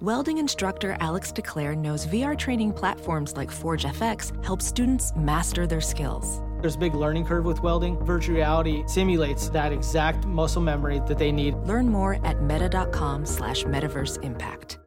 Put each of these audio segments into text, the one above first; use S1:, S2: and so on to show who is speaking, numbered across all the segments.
S1: Welding instructor Alex DeClaire knows VR training platforms like Forge FX help students master their skills.
S2: There's a big learning curve with welding. Virtual reality simulates that exact muscle memory that they need.
S1: Learn more at meta.com slash metaverse impact.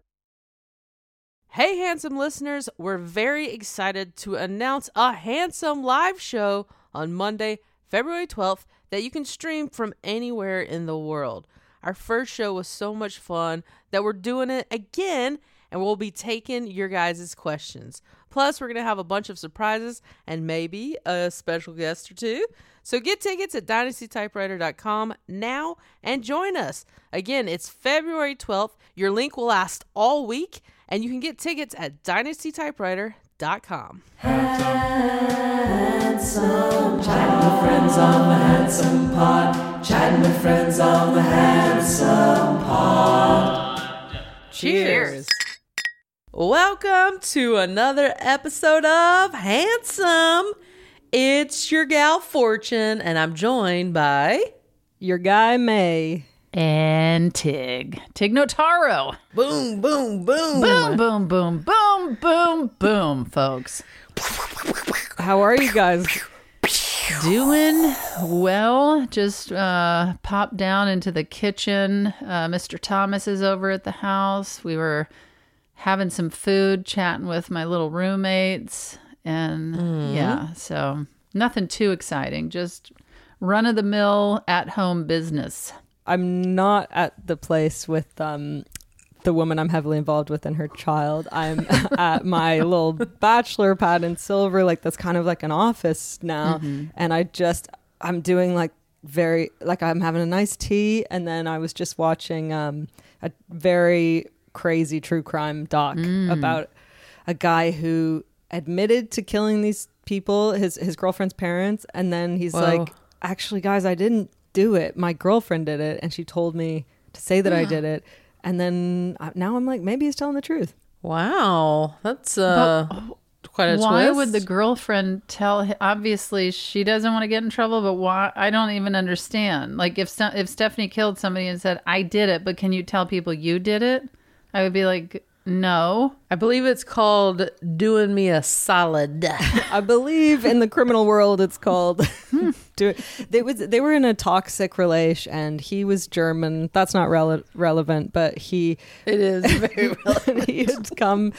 S3: Hey, handsome listeners, we're very excited to announce a handsome live show on Monday, February 12th, that you can stream from anywhere in the world. Our first show was so much fun that we're doing it again, and we'll be taking your guys' questions. Plus, we're going to have a bunch of surprises and maybe a special guest or two. So get tickets at dynastytypewriter.com now and join us. Again, it's February 12th. Your link will last all week, and you can get tickets at dynastytypewriter.com. Cheers. Welcome to another episode of Handsome. It's your gal Fortune, and I'm joined by
S4: Your guy May.
S5: And Tig. Tig Notaro.
S3: Boom, Boom Boom.
S5: Boom, boom, boom, boom, boom, boom, folks.
S4: How are you guys?
S5: Doing well. Just uh, popped down into the kitchen. Uh, Mr. Thomas is over at the house. We were having some food, chatting with my little roommates. And yeah, so nothing too exciting. Just run of the mill at home business.
S4: I'm not at the place with um the woman I'm heavily involved with and her child. I'm at my little bachelor pad in silver, like that's kind of like an office now. And I just I'm doing like very like I'm having a nice tea and then I was just watching um a very crazy true crime doc about a guy who admitted to killing these people, his his girlfriend's parents, and then he's
S3: Whoa.
S4: like, "Actually, guys, I didn't do it. My girlfriend did it, and she told me to say that I did it." And then uh, now I'm like, maybe he's telling the truth.
S3: Wow, that's uh, quite a
S5: why
S3: twist.
S5: would the girlfriend tell hi- obviously she doesn't want to get in trouble but why i don't even understand like if Ste- if stephanie killed somebody and said i did it but can you tell people you did it i would be like no
S3: I believe it's called doing me a solid.
S4: I believe in the criminal world, it's called.
S3: Hmm.
S4: do it. They was they were in a toxic relation, and he was German. That's not rele- relevant, but he
S3: it is very
S4: and he had come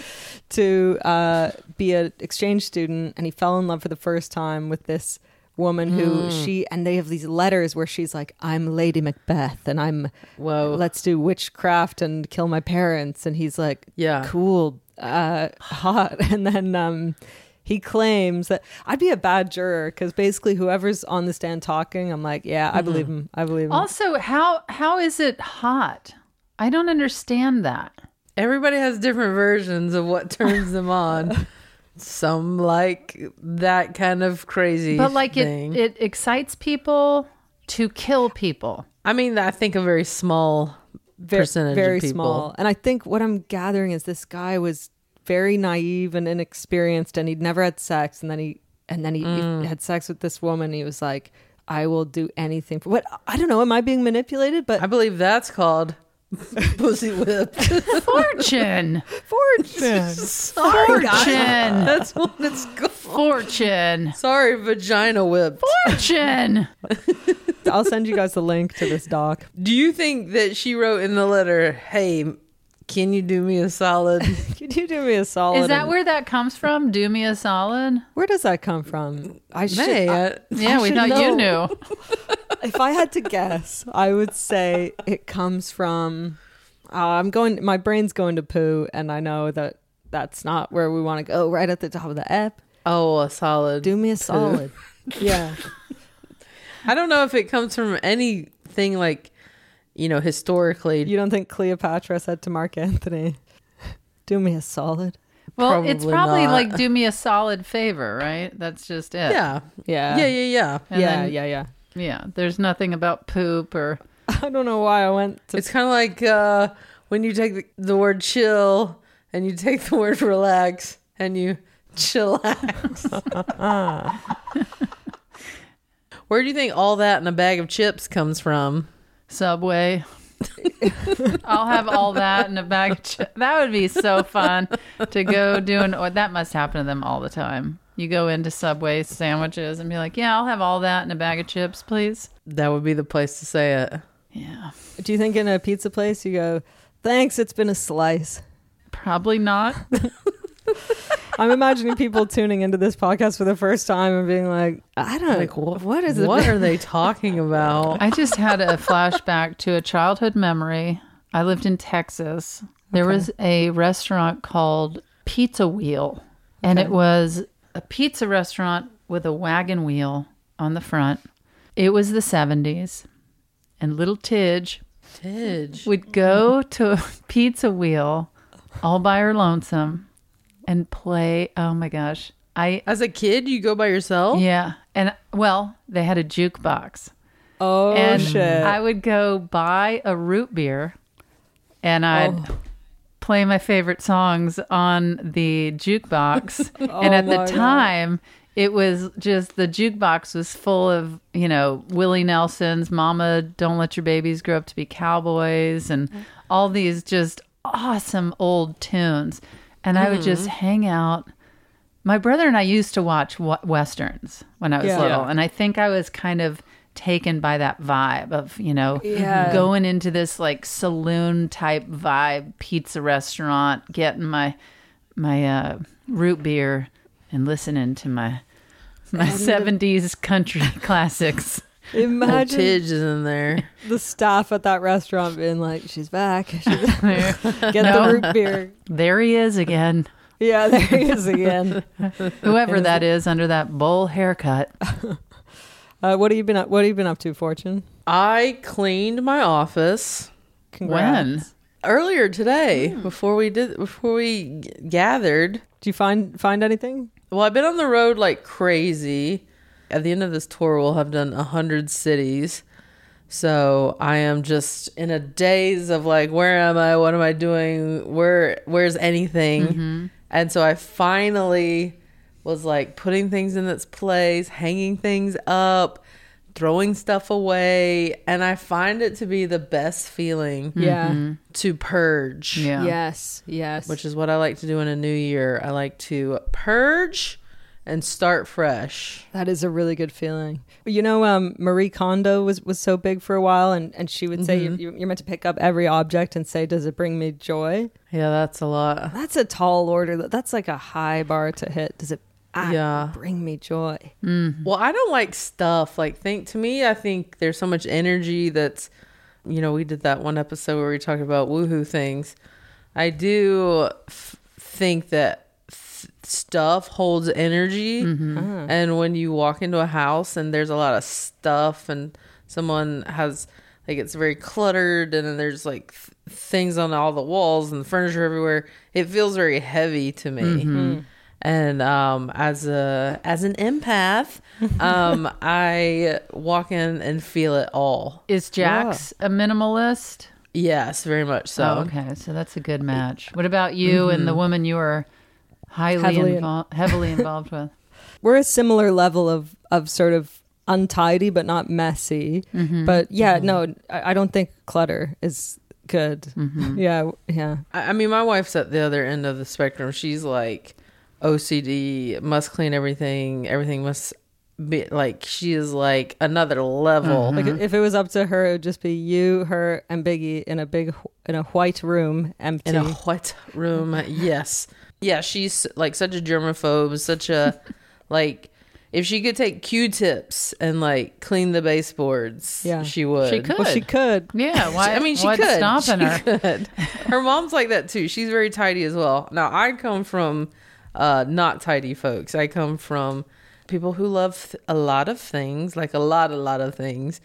S4: to uh, be an exchange student and he fell in love for the first time with this woman who
S3: Hmm.
S4: she and they have these letters where she's like i'm lady macbeth and i'm
S3: Whoa.
S4: let's do witchcraft and kill my parents and he's like
S3: Yeah.
S4: cool uh hot and then um he claims that i'd be a bad juror because basically whoever's on the stand talking i'm like yeah i
S3: Mm-hmm.
S4: believe him i believe him
S5: also how how is it hot i don't understand that
S3: Everybody has different versions of what turns them on. Some like that kind of crazy,
S5: but like
S3: thing.
S5: it it excites people to kill people
S3: I mean, I think a very small
S4: Ve-
S3: percentage,
S4: very
S3: of people.
S4: small. And I think what I'm gathering is this guy was very naive and inexperienced, and he'd never had sex, and then he and then he,
S3: Mm.
S4: he had sex with this woman. He was like, "I will do anything for what." I don't know. Am I being manipulated? But
S3: I believe that's called pussy whip.
S5: fortune
S4: fortune.
S3: Sorry,
S5: Fortune.
S3: That's what it's called.
S5: fortune
S3: Sorry, vagina whip.
S5: fortune
S4: I'll send you guys the link to this doc.
S3: Do you think that she wrote in the letter, "Hey, can you do me a solid?"
S4: Could you do me a solid?
S5: is that
S4: and-
S5: where that comes from do me a solid
S4: where does that come from? I should.
S3: May
S4: I-
S3: I-
S5: Yeah,
S4: I
S5: we
S4: should
S5: thought you
S4: know.
S5: knew.
S4: if I had to guess, I would say it comes from. Uh, I'm going. My brain's going to poo, and I know that that's not where we want to go. Right at the top of the app.
S3: oh, a solid.
S4: Do me a solid. yeah.
S3: I don't know if it comes from anything like, you know, historically.
S4: You don't think Cleopatra said to Mark Anthony, "Do me a solid"?
S5: Well, it's
S3: Probably
S5: probably
S3: not.
S5: like do me a solid favor, right? That's just it.
S3: yeah.
S4: Yeah.
S3: Yeah, yeah, yeah.
S5: And
S4: yeah.
S5: then-
S4: yeah. Yeah.
S5: Yeah. There's nothing about poop or
S4: I don't know why I went to.
S3: It's kind of like uh, when you take the, the word chill and you take the word relax and you chillax. Where do you think all that in a bag of chips comes from?
S5: Subway. I'll have all that in a bag. Of ch- that would be so fun to go do an. Or that must happen to them all the time. You go into Subway sandwiches and be like, "Yeah, I'll have all that in a bag of chips, please."
S3: That would be the place to say it.
S5: Yeah,
S4: Do you think in a pizza place you go, thanks, it's been a slice?
S5: probably not.
S4: I'm imagining people tuning into this podcast for the first time and being like, I don't
S3: Like, wh-
S4: what is it?
S3: What are they talking about?
S5: I just had a flashback to a childhood memory. I lived in Texas. There was a restaurant called Pizza Wheel, and it was a pizza restaurant with a wagon wheel on the front. It was the 70s, and little Tidge
S3: Tidge.
S5: would go to a Pizza Wheel all by her lonesome and play. Oh my gosh. I,
S3: As a kid, you go by yourself?
S5: yeah. And well, they had a jukebox
S4: Oh,
S5: and
S4: shit.
S5: I would go buy a root beer and I'd
S4: Oh.
S5: play my favorite songs on the jukebox. and at
S4: Oh my
S5: the
S4: God.
S5: time, it was just the jukebox was full of, you know, Willie Nelson's Mama Don't Let Your Babies Grow Up to Be Cowboys and
S4: Mm.
S5: all these just awesome old tunes. And I would just
S4: Mm-hmm.
S5: hang out. My brother and I used to watch wa- westerns when I was
S4: Yeah.
S5: little,
S4: Yeah.
S5: and I think I was kind of taken by that vibe of you know Mm-hmm. going into this like saloon type vibe pizza restaurant, getting my my uh, root beer and listening to my my seventies country classics.
S3: Well,
S4: Imagine
S3: Oh, Tidge is in there.
S4: the staff at that restaurant being like, she's back. She's
S5: there,
S4: Get the root beer.
S5: there he is again,
S4: Yeah, there he is again.
S5: whoever that is under that bowl haircut.
S4: Uh, what have you been up? What have you been up to, Fortune?
S3: I cleaned my office
S5: When?
S3: earlier today
S4: Hmm.
S3: before we did before we g- gathered.
S4: Do you find find anything?
S3: Well, I've been on the road like crazy. At the end of this tour, we'll have done a hundred cities. So I am just in a daze of like, where am I? What am I doing? Where where's anything? And so I finally was like putting things in its place, hanging things up, throwing stuff away, and I find it to be the best feeling
S4: Mm-hmm. Yeah.
S3: to purge
S5: Yeah.
S4: Yes. Yes.
S3: which is what I like to do in a new year. I like to purge and start fresh.
S4: That is a really good feeling. You know, um, Marie Kondo was, was so big for a while, and, and she would say you, you're meant to pick up every object and say, "Does it bring me joy?"
S3: Yeah, that's a lot.
S4: That's a tall order. That- That's like a high bar to hit. Does it ah,
S3: Yeah.
S4: bring me joy?
S3: Well, I don't like stuff. Like think to me, I think there's so much energy that's you know, we did that one episode where we talked about woohoo things. I do f- think that f- stuff holds energy. And when you walk into a house and there's a lot of stuff and someone has like it's very cluttered and then there's like th- things on all the walls and the furniture everywhere, it feels very heavy to me. And um, as a as an empath, um, I walk in and feel it all.
S5: Is Jax a minimalist?
S3: Yes, very much so.
S5: Oh, okay. So that's a good match. What about you and the woman you were highly
S4: Heavily in-
S5: invol- heavily involved with?
S4: We're a similar level of of sort of untidy, but not messy.
S3: Mm-hmm.
S5: Mm-hmm.
S4: But yeah, no, I, I don't think clutter is good.
S3: Mm-hmm.
S5: Mm-hmm.
S4: Yeah, yeah.
S3: I, I mean, my wife's at the other end of the spectrum. She's like OCD, must clean everything, everything must be like she is like another
S5: Mm-hmm.
S3: level.
S4: Like if it was up to her, it would just be you, her, and Biggie in a big wh- in a white room, empty.
S3: in a white room. yes. Yeah, she's like such a germaphobe, such a like if she could take Q-tips and like clean the baseboards,
S4: Yeah.
S3: she would.
S5: She could.
S4: well, she could.
S5: Yeah. Why?
S3: I mean, she
S5: what's
S3: could.
S5: stopping
S3: She
S5: her?
S3: could. Her mom's like that too. She's very tidy as well. Now I come from uh, not tidy folks. I come from people who love th- a lot of things, like a lot, a lot of things.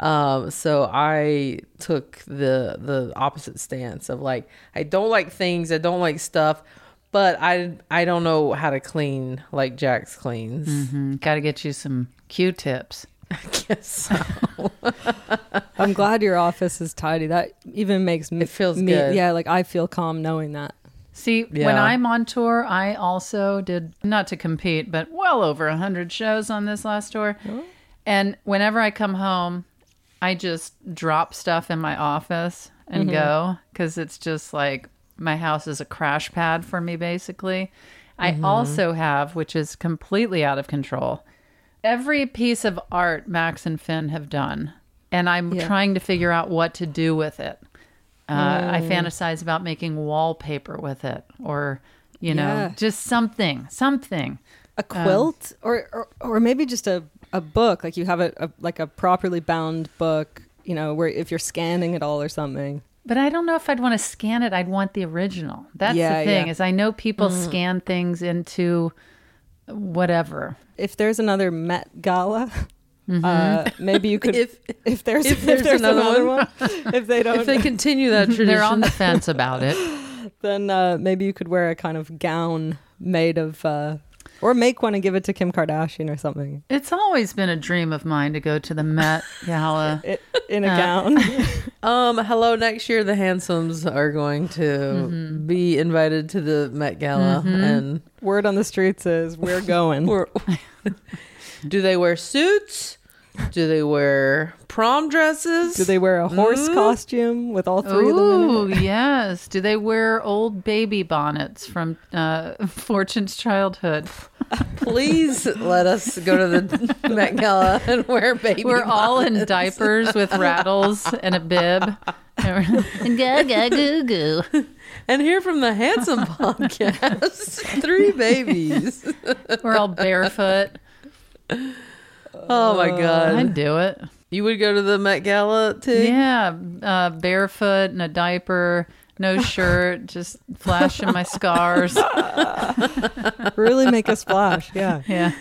S3: Um, so I took the the opposite stance of like I don't like things. I don't like stuff. But I I don't know how to clean like Jax cleans.
S5: Mm-hmm. Got to Mm, get you some Q-tips.
S3: I guess
S4: I'm glad your office is tidy. That even makes me
S3: It feels
S4: me,
S3: good.
S4: Yeah, like I feel calm knowing that.
S5: See, when
S3: Yeah.
S5: I'm on tour, I also did not to compete, but well over a hundred shows on this last tour. And whenever I come home, I just drop stuff in my office and go because it's just like my house is a crash pad for me, basically. I also have, which is completely out of control, every piece of art Max and Finn have done. And I'm trying to figure out what to do with it. Uh, I fantasize about making wallpaper with it or, you know,
S4: Yeah.
S5: just something, something.
S4: a
S3: Um,
S4: quilt or, or or maybe just a a book like you have a, a like a properly bound book you know where if you're scanning it all or something
S5: But I don't know if I'd want to scan it. I'd want the original. That's
S4: Yeah,
S5: the thing
S4: yeah.
S5: is I know people scan things into whatever.
S4: if there's another met gala uh, maybe you could if
S3: Mm-hmm. If-
S4: if there's
S3: if there's another one.
S4: if they don't
S3: If they continue that tradition,
S5: Oh, They're on the fence about it.
S4: then uh, maybe you could wear a kind of gown made of uh, or make one and give it to Kim Kardashian or something
S5: It's always been a dream of mine to go to the Met Gala.
S4: it, in a
S3: Uh.
S4: gown
S3: Um, hello. Next year, the Handsoms are going to
S5: Mm-hmm.
S3: be invited to the Met Gala, and
S4: word on the streets is we're going
S3: we're, do they wear suits? Do they wear prom dresses?
S4: do they wear a horse
S3: Mm.
S4: costume with all three of them in it?
S5: Ooh, yes. Do they wear old baby bonnets from uh, Fortune's childhood?
S3: Please let us go to the Met Gala and wear baby.
S5: We're all in diapers with rattles and a bib. And go, go, goo, goo.
S3: and hear from the Handsome podcast. Three babies.
S5: We're all barefoot.
S3: Oh
S5: Uh,
S3: my god!
S5: I'd do it.
S3: You would go to the Met Gala too.
S5: Yeah, uh, barefoot and a diaper, no shirt, just flashing my scars.
S4: really make a splash yeah
S5: Yeah,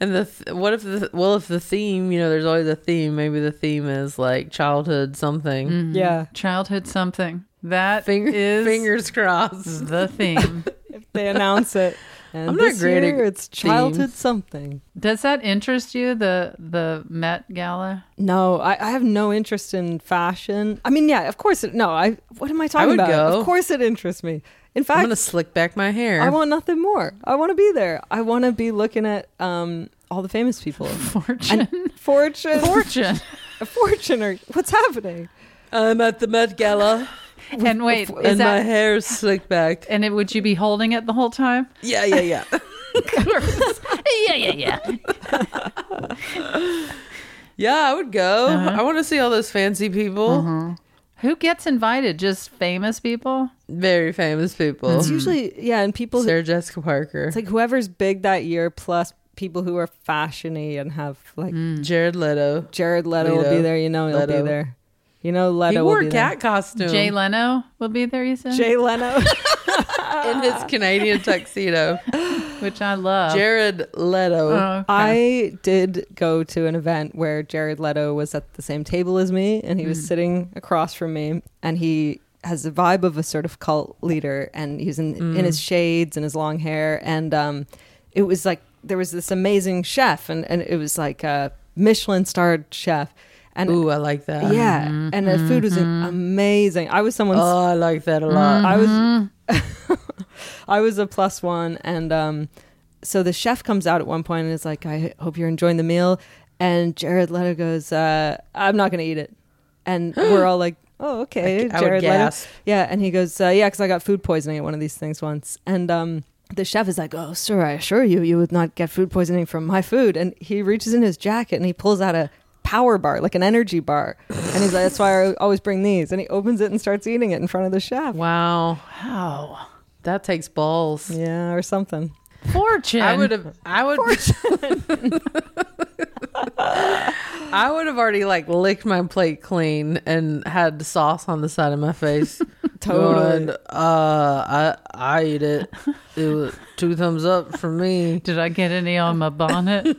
S3: And the th- what if the well if the theme you know there's always a theme maybe the theme is like childhood something
S4: yeah
S5: childhood something. That
S3: Finger,
S5: is
S3: fingers crossed
S5: the theme.
S4: they announce it. And
S3: I'm not
S4: this
S3: great at
S4: year, it's childhood something.
S5: Does that interest you? The the Met Gala.
S4: No, I, I have no interest in fashion. I mean, yeah, of course. It, no, I. What am I talking
S3: would
S4: about?
S3: go.
S4: Of course, it interests me. In
S3: I'm
S4: fact,
S3: gonna slick back my hair
S4: I want nothing more. I want to be there. I want to be looking at um all the famous people.
S5: Fortune.
S4: And fortune,
S5: Fortune.
S4: a fortune, or what's happening?
S3: I'm at the Met Gala
S5: and wait, is
S3: and my
S5: that?
S3: hair is slicked back
S5: And it, would you be holding it the whole time?
S3: yeah yeah yeah
S5: yeah, yeah, yeah.
S3: yeah I would go I want to see all those fancy people
S5: Who gets invited? Just famous people?
S3: very famous people
S4: It's usually yeah, and people. Who,
S3: Mm-hmm. Sarah Jessica Parker
S4: it's like whoever's big that year, plus people who are fashiony and have like
S3: Jared Leto
S4: Jared Leto, will
S3: Mm. Leto.
S4: be there. You know he'll
S3: Leto.
S4: be there. You know Leto
S3: he
S4: will
S3: wore
S4: be
S3: a
S4: there.
S3: cat costume
S5: Jay Leno will be there. You said,
S4: Jay Leno.
S3: in his Canadian tuxedo
S5: which I
S3: Oh.
S5: love.
S3: Jared Leto
S5: Oh,
S4: I did go to an event where Jared Leto was at the same table as me and he was sitting across from me and he has the vibe of a sort of cult leader and he's in, in his shades and his long hair and um, it was like there was this amazing chef and, and it was like a Michelin starred chef and
S3: ooh I like that
S4: yeah and the food was amazing. I was someone's
S3: oh I like that a lot
S4: I was
S3: Mm-hmm.
S4: I was a plus one and um so the chef comes out at one point and is like, I hope you're enjoying the meal and Jared Leto goes, uh, I'm not gonna eat it. And we're all like, Oh, okay.
S3: I would
S4: Jared
S3: gasp.
S4: Leto. Yeah, and he goes, uh, yeah, because I got food poisoning at one of these things once. And um the chef is like, Oh, sir, I assure you, you would not get food poisoning from my food. And he reaches in his jacket and he pulls out a power bar, like an energy bar. And he's like, That's why I always bring these. And he opens it and starts eating it in front of the chef.
S3: Wow. Wow. That takes balls.
S4: Yeah, or something.
S5: Fortune.
S3: I would have I would I would have already like licked my plate clean and had the sauce on the side of my face.
S4: Totally.
S3: Going, uh I I eat it. It was two thumbs up for me.
S5: Did I get any on my bonnet?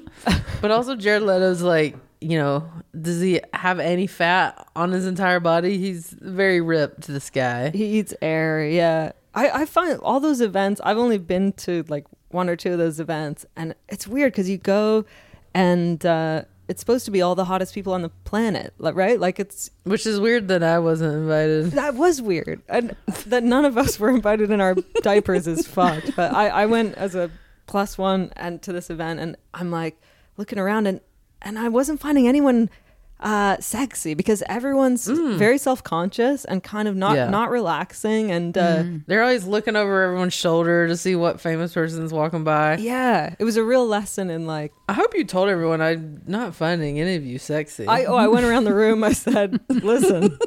S3: But also Jared Leto's like, you know, does he have any fat on his entire body? He's very ripped, this guy.
S4: He eats air. Yeah. I, I find all those events, I've only been to like one or two of those events. And it's weird because you go and uh, it's supposed to be all the hottest people on the planet, like, right? Like it's,
S3: Which is weird that I wasn't invited.
S4: that was weird. And that none of us were invited in our diapers is fucked. But I, I went as a plus one and to this event and I'm like looking around and and I wasn't finding anyone uh sexy because everyone's very self-conscious and kind of not
S3: Yeah. Mm-hmm.
S4: not relaxing and uh
S3: They're always looking over everyone's shoulder to see what famous person's walking by.
S4: yeah it was a real lesson in like
S3: I hope you told everyone I'm not finding any of you sexy.
S4: I oh I went around the room. I said, "Listen,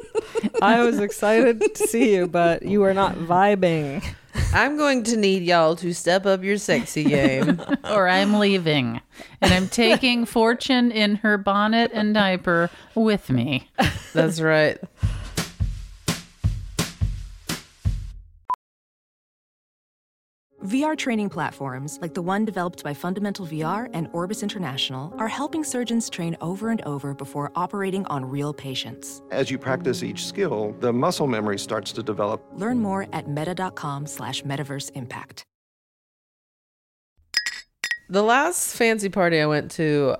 S4: I was excited to see you, but you are not vibing."
S3: I'm going to need y'all to step up your sexy game.
S5: or I'm leaving. And I'm taking Fortune in her bonnet and diaper with me.
S3: That's right.
S1: VR training platforms, like the one developed by Fundamental VR and Orbis International, are helping surgeons train over and over before operating on real patients.
S6: As you practice each skill, the muscle memory starts to develop.
S1: Learn more at meta.com slash metaverse impact.
S3: The last fancy party I went to,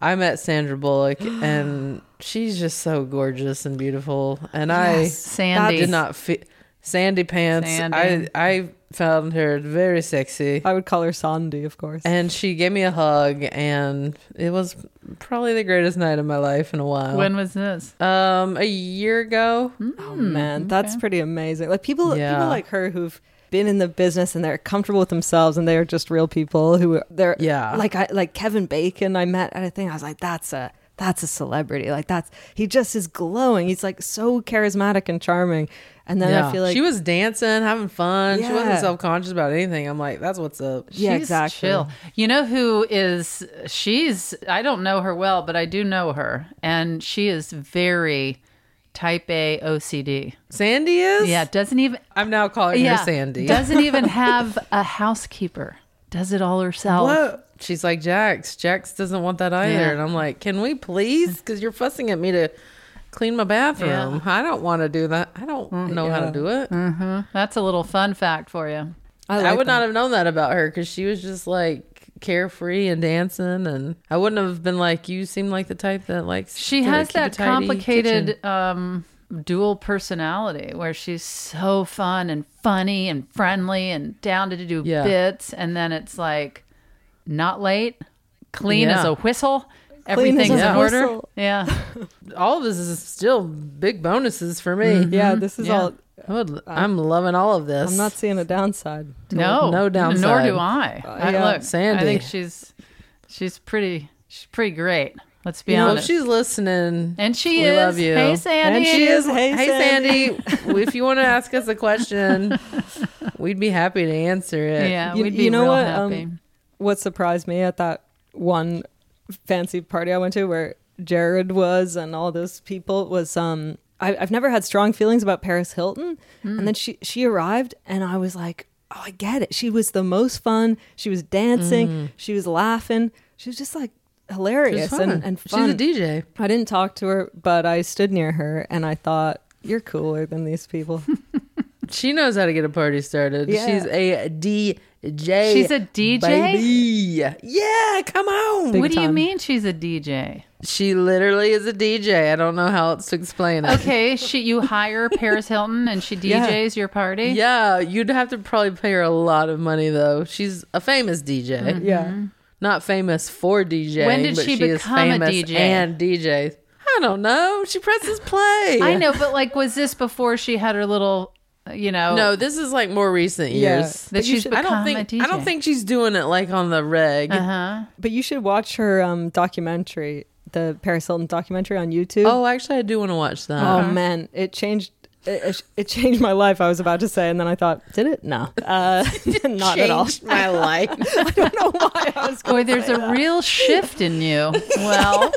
S3: I met Sandra Bullock, and she's just so gorgeous and beautiful. And I
S5: Sandy.
S3: did not fit Sandy Pants.
S5: Sandy.
S3: I I found her very sexy.
S4: I would call her Sandy, of course.
S3: and she gave me a hug, and it was probably the greatest night of my life in a while.
S5: When was this? Hmm,
S3: um, a year ago,
S4: oh man, that's pretty amazing. Like people,
S3: Hmm, Yeah.
S4: people like her who've been in the business and they're comfortable with themselves and they're just real people who they're
S3: Yeah.
S4: Like I like Kevin Bacon. I met at a thing. I was like, that's a. That's a celebrity. Like that's he just is glowing. He's like so charismatic and charming. And then I feel like
S3: she was dancing, having fun. She wasn't
S4: Yeah.
S3: self conscious about anything. I'm like, that's what's up.
S4: yeah,
S5: She's
S4: exactly.
S5: Chill. You know who is? She's. I don't know her well, but I do know her, and she is very type A OCD.
S3: Sandy is.
S5: Yeah, doesn't even.
S3: I'm now calling
S5: Yeah,
S3: her Sandy.
S5: doesn't even have a housekeeper. Does it all herself.
S3: What? She's like Jax. Jax doesn't want that either,
S5: Yeah.
S3: and I'm like, can we please? Because you're fussing at me to clean my bathroom. I don't want to do that. I don't
S4: Mm,
S3: know how to do it.
S5: That's a little fun fact for you.
S4: I,
S3: I
S4: like
S3: would
S4: that.
S3: not have known that about her because she was just like carefree and dancing, and I wouldn't have been like, you seem like the type that likes.
S5: She
S3: to
S5: has
S3: keep
S5: that
S3: a tidy kitchen."
S5: complicated um, dual personality where she's so fun and funny and friendly and down to do
S3: Yeah.
S5: bits, and then it's like not late, clean
S3: Yeah.
S5: as a whistle,
S4: as
S5: everything's
S4: a
S5: in order.
S4: whistle.
S5: Yeah,
S3: All of this is still big bonuses for me.
S4: Yeah, this is
S5: Yeah.
S4: all.
S3: I would, I'm loving all of this.
S4: Mm-hmm. I'm not seeing a downside.
S5: no,
S3: no downside.
S5: Nor do I. I
S4: yeah.
S5: look, I
S3: Sandy.
S5: think she's she's pretty she's pretty great. Let's be
S3: You know, if
S5: honest.
S3: she's listening,
S5: and she
S3: we
S5: is.
S3: love you.
S5: Hey, Sandy.
S4: And she is. Hey,
S3: hey
S4: Sandy.
S3: Sandy, if you want to ask us a question, we'd be happy to answer it.
S5: Yeah,
S4: You-
S5: we'd
S4: you
S5: be
S4: know
S5: real
S4: what, um,
S5: happy.
S4: What surprised me at that one fancy party I went to where Jared was and all those people was um I, I've never had strong feelings about Paris Hilton,
S3: Mm.
S4: and then she she arrived and I was like, oh, I get it. She was the most fun. She was dancing. She was laughing. She was just like hilarious
S3: Mm. fun.
S4: and, and
S3: She's
S4: fun.
S3: a DJ.
S4: I didn't talk to her, but I stood near her and I thought, you're cooler than these people.
S3: She knows how to get a party started.
S4: Yeah.
S3: She's a DJ.
S5: She's a DJ?
S3: Baby. Yeah, come on.
S4: Big
S5: what do you
S4: time.
S5: mean she's a DJ?
S3: She literally is a DJ. I don't know how else to explain it.
S5: Okay, she you hire Paris Hilton and she DJs your party.
S3: Yeah, you'd have to probably pay her a lot of money though. She's a famous DJ. Mm-hmm.
S4: yeah.
S3: Not famous for DJ.
S5: Mm-hmm. When did
S3: but
S5: she
S3: is
S5: become a
S3: famous
S5: DJ?
S3: And DJ. I don't know. She presses play.
S5: I know, but like, was this before she had her little, uh, you know?
S3: No, this is like more recent
S4: Yeah.
S3: years.
S5: That
S4: But you
S5: she's
S4: should-
S5: become
S3: I don't think
S5: a Uh-huh. DJ.
S3: I don't think she's doing it like on the reg.
S5: Huh?
S4: But you should watch her um, documentary, the Paris Hilton documentary on YouTube.
S3: Oh, actually, I do want to watch that.
S4: Oh, man, it changed. It, it- it changed my life. I was about to say, and then I thought, did it? No, uh, not at all.
S3: Changed my life.
S5: Boy, there's a real shift in you. Well,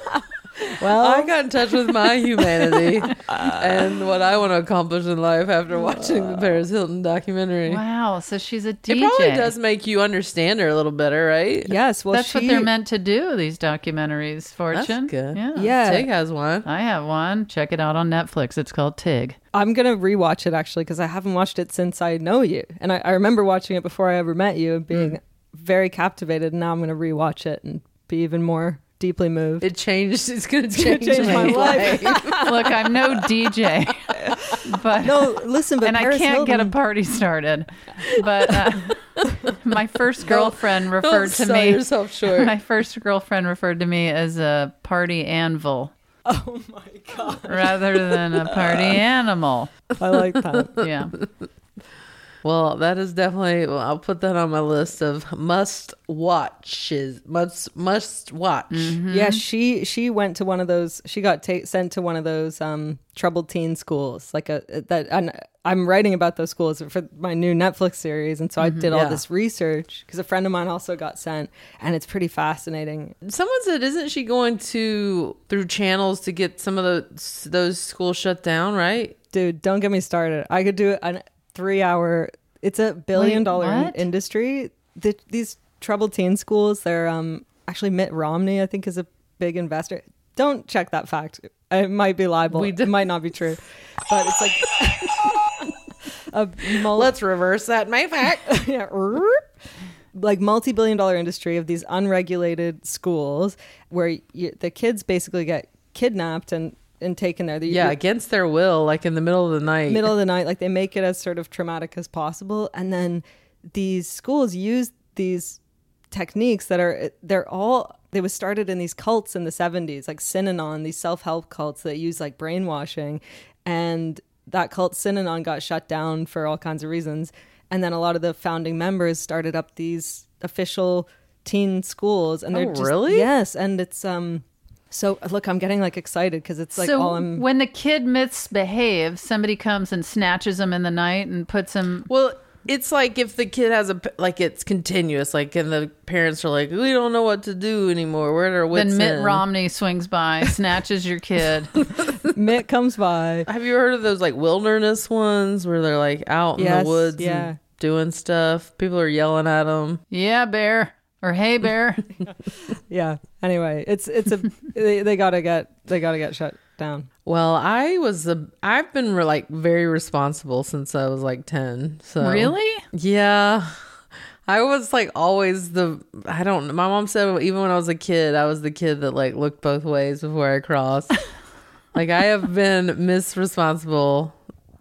S4: Well,
S5: Oh.
S3: I got in touch with my humanity and what I want to accomplish in life after watching the Paris Hilton documentary.
S5: wow. So she's a
S3: It
S5: DJ.
S3: probably does make you understand her a little better, right?
S4: yes. Well,
S5: That's
S4: she,
S5: what they're meant to do. These documentaries,
S3: That's
S5: Fortune.
S3: good.
S5: Yeah. Uh,
S4: Yeah.
S3: Tig has one.
S5: I have one. Check it out on Netflix. It's called Tig.
S4: I'm gonna rewatch it actually because I haven't watched it since I know you, and I, I remember watching Mm. it before I ever met you and being very captivated. And now I'm gonna rewatch it and be even more deeply moved.
S3: It changed. It's going to change,
S4: changed my life.
S5: Look, I'm no DJ, but
S4: no, listen, but
S5: and
S4: Paris
S5: I can't
S4: Hilton,
S5: get a party started. But uh, my first girlfriend referred to
S3: sell
S5: me.
S3: yourself short.
S5: My first girlfriend referred to me as a party anvil. Oh my god! Rather than a party animal.
S4: I like that.
S5: Yeah.
S3: Well, that is definitely. Well, I'll put that on my list of must watches. Must must watch.
S5: Mm-hmm.
S4: Yeah, she she went to one of those. She got ta- sent to one of those um, troubled teen schools, like a uh, that. And I'm writing about those schools for my new Netflix series, and so I did all
S3: Yeah.
S4: this research because a friend of mine also got sent, and it's pretty fascinating.
S3: Someone said, "Isn't she going to through channels to get some of those those schools shut down?" Right?
S4: Dude, don't get me started. I could do an three hour. It's a billion
S5: Wait,
S4: dollar in-
S5: what?
S4: industry. The, these troubled teen schools. They're um actually Mitt Romney, I think, is a big investor. Don't check that fact. It might be liable.
S3: We
S4: it might not be true, but it's like a mul-
S3: Let's reverse that. My fact.
S4: yeah, erp. like multi-billion dollar industry of these unregulated schools where you, the kids basically get kidnapped and and taken there. The-
S3: yeah,
S4: you-
S3: against their will, like in the middle of the night.
S4: middle of the night like they make it as sort of traumatic as possible and then these schools use these techniques that are they're all they was started in these cults in the 70s like synanon these self-help cults that use like brainwashing and that cult synanon got shut down for all kinds of reasons and then a lot of the founding members started up these official teen schools and they're
S3: Oh,
S4: just,
S3: really?
S4: yes and it's um so look i'm getting like excited because it's like
S5: so
S4: all i'm
S5: when the kid misbehaves, somebody comes and snatches him in the night and puts him.
S3: Well, it's like if the kid has a p- like it's continuous, like and the parents are like, we don't know what to do anymore. Where are wits
S5: Then Mitt
S3: end?"
S5: Romney swings by, snatches your kid.
S4: mitt comes by
S3: Have you heard of those like wilderness ones where they're like out in
S4: Yes,
S3: the woods
S4: yeah.
S3: and doing stuff? People are yelling at them.
S5: yeah, bear or hey, bear.
S4: yeah anyway it's it's a they, they gotta get they gotta get shut down
S3: Well, I was a I've been re- like very responsible since I was like 10. So
S5: Really?
S3: Yeah. I was like always the I don't my mom said even when I was a kid, I was the kid that like looked both ways before I crossed. like I have been misresponsible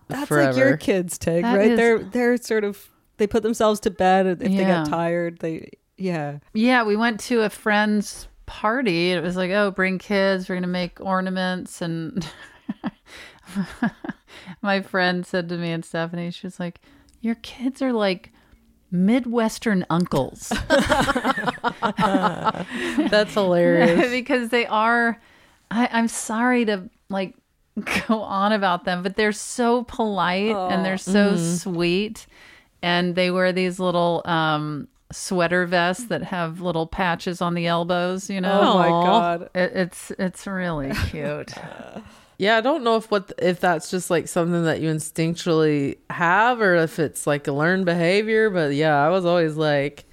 S4: that's
S3: forever.
S4: like your kids tig
S5: That
S4: right
S5: is-
S4: they're they're sort of they put themselves to bed if they
S5: Yeah.
S4: get tired they yeah
S5: Yeah, we went to a friend's party. It was like, oh, bring kids. We're gonna make ornaments. And my friend said to me and Stephanie, she was like, "Your kids are like Midwestern uncles
S3: That's hilarious.
S5: because they are." I, I'm sorry to like go on about them, but they're so polite and
S4: Oh.
S5: they're so
S4: Mm-hmm.
S5: sweet, and they wear these little um, sweater vests that have little patches on the elbows. You know,
S4: oh my
S3: Aw.
S4: god
S5: It, it's it's really cute.
S3: yeah, I don't know if what if that's just like something that you instinctually have or if it's like a learned behavior, but yeah, I was always like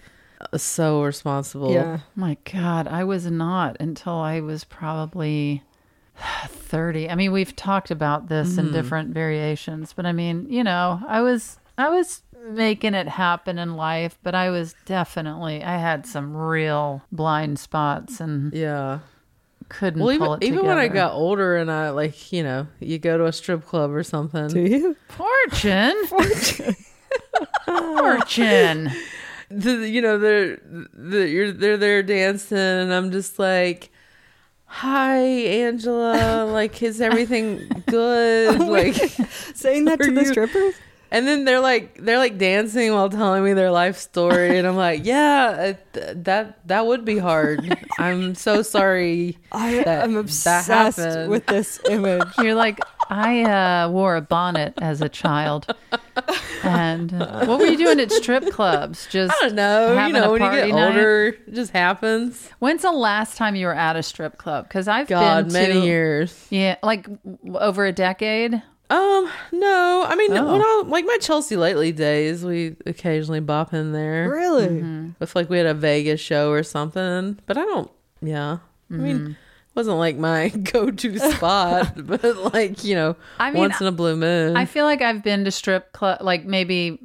S3: so responsible.
S4: yeah
S5: My God, I was not until I was probably thirty. I mean, we've talked about this
S3: Mm-hmm.
S5: in different variations, but I mean, you know, I was I was making it happen in life, but I was definitely I had some real blind spots and
S3: Yeah.
S5: couldn't
S3: Well,
S5: pull
S3: even,
S5: it together.
S3: even when I got older and I like, you know, you go to a strip club or something.
S4: do you
S5: fortune, fortune.
S3: the, you know they're the, you're they're there dancing and i'm just like hi angela like is everything
S5: Oh
S3: good like
S4: saying that to
S3: Are
S4: the
S3: you-
S4: strippers
S3: and then they're like they're like dancing while telling me their life story and i'm like yeah uh, th- that that would be hard i'm so sorry
S4: i
S3: that-
S4: am
S3: that
S4: obsessed
S3: happened.
S4: with this image
S5: You're like, I uh, wore a bonnet as a child. And uh, what were you doing at strip clubs? Just
S3: I don't know. You
S5: having
S3: know,
S5: a
S3: when you
S5: party
S3: get
S5: night?
S3: older, it just happens.
S5: When's the last time you were at a strip club? Because I've
S3: God,
S5: been
S3: many
S5: to,
S3: years.
S5: Yeah, like w- over a decade.
S3: Um, no. I mean,
S5: Oh.
S3: when I like my Chelsea lately days, we occasionally bop in there.
S4: really
S5: Mm-hmm.
S3: if like we had a Vegas show or something. But I don't. Yeah, I
S4: Mm-hmm.
S3: mean, it wasn't like my go-to spot, but like you know,
S5: I mean,
S3: once in a blue moon.
S5: I feel like I've been to strip club like maybe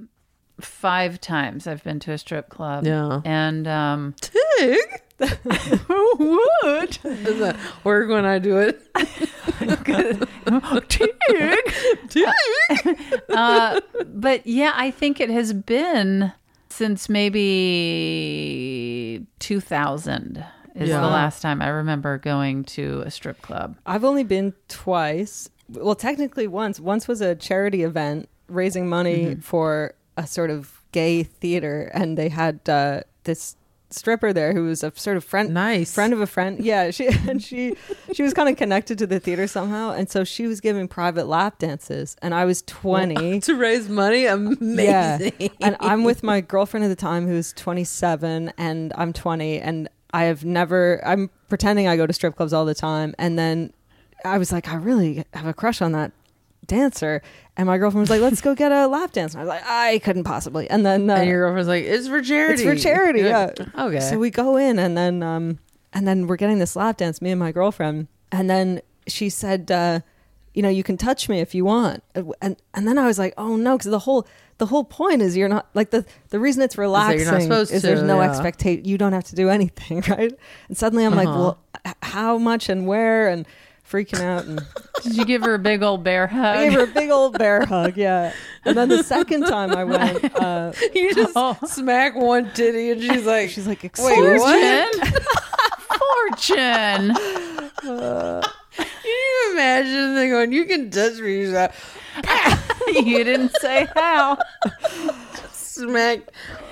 S5: five times. I've been to a strip club.
S3: Yeah.
S5: and um,
S3: Tig,
S5: Who would?
S3: Work when I do it.
S5: uh, but yeah, I think it has been since maybe 2000 is
S3: Yeah.
S5: the last time I remember going to a strip club.
S4: I've only been twice. Well, technically once. Once was a charity event raising money for a sort of gay theater, and they had uh, this stripper there who was a sort of friend,
S3: Nice.
S4: friend of a friend. Yeah, she and she she was kind of connected to the theater somehow, and so she was giving private lap dances, and I was twenty.
S3: to raise money. Amazing.
S4: Yeah. And I'm with my girlfriend at the time who's 27 and I'm 20 and I have never I'm pretending I go to strip clubs all the time and then I was like I really have a crush on that dancer and my girlfriend was like let's go get a lap dance and I was like I couldn't possibly and then uh,
S3: And your girlfriend's like, it's for charity.
S4: it's for charity
S3: You're
S4: yeah
S3: like, Okay.
S4: so we go in and then um and then we're getting this lap dance me and my girlfriend and then she said uh you know you can touch me if you want Uh, and and then i was like oh no because the whole the whole point is you're not like the the reason it's
S3: not
S4: relaxing
S3: supposed
S4: is
S3: to,
S4: there's no
S3: yeah.
S4: expectation you don't have to do anything right and suddenly i'm like
S3: Uh-huh.
S4: well h- how much and where and freaking out and
S5: Did you give her a big old bear hug?
S4: i gave her a big old bear hug yeah and then the second time i went uh
S3: you just
S5: Oh.
S3: smack one titty and she's like,
S4: she's like excuse
S3: Wait,
S4: me?
S3: what?
S5: Fortune. Fortune.
S3: Can you imagine them going, you can touch me, you just
S5: you didn't say how.
S3: smack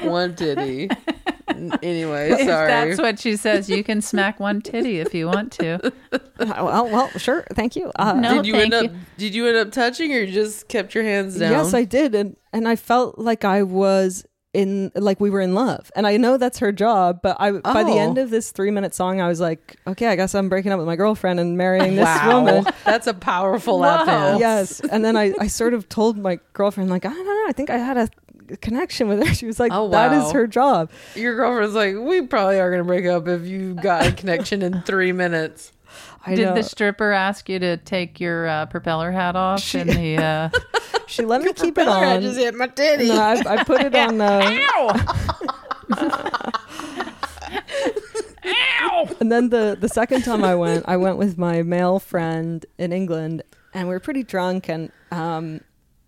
S3: one titty. N- anyway, sorry.
S5: If that's what she says, you can smack one titty if you want to.
S4: well well sure thank you uh,
S5: No,
S3: did you
S5: thank
S3: end up
S5: you.
S3: did you end up touching or you just kept your hands down?
S4: Yes, I did, and and I felt like I was in like we were in love, and I know that's her job. But I by the
S3: Oh.
S4: end of this three minute song, I was like, okay, I guess I'm breaking up with my girlfriend and marrying this
S3: wow.
S4: woman.
S3: That's a powerful lap dance.
S4: Yes, and then I I sort of told my girlfriend like I don't know, I think I had a connection with her. She was like,
S3: Oh,
S4: that
S3: wow.
S4: is her job.
S3: Your girlfriend's like, we probably are gonna break up if you got a connection in three minutes.
S4: I
S5: Did
S4: know.
S5: the stripper ask you to take your uh, propeller hat off and the uh,
S4: she let me keep it on. I just hit my titty. No, I, I put it on. Uh, And then the the second time I went, I went with my male friend in England, and we were pretty drunk, and um,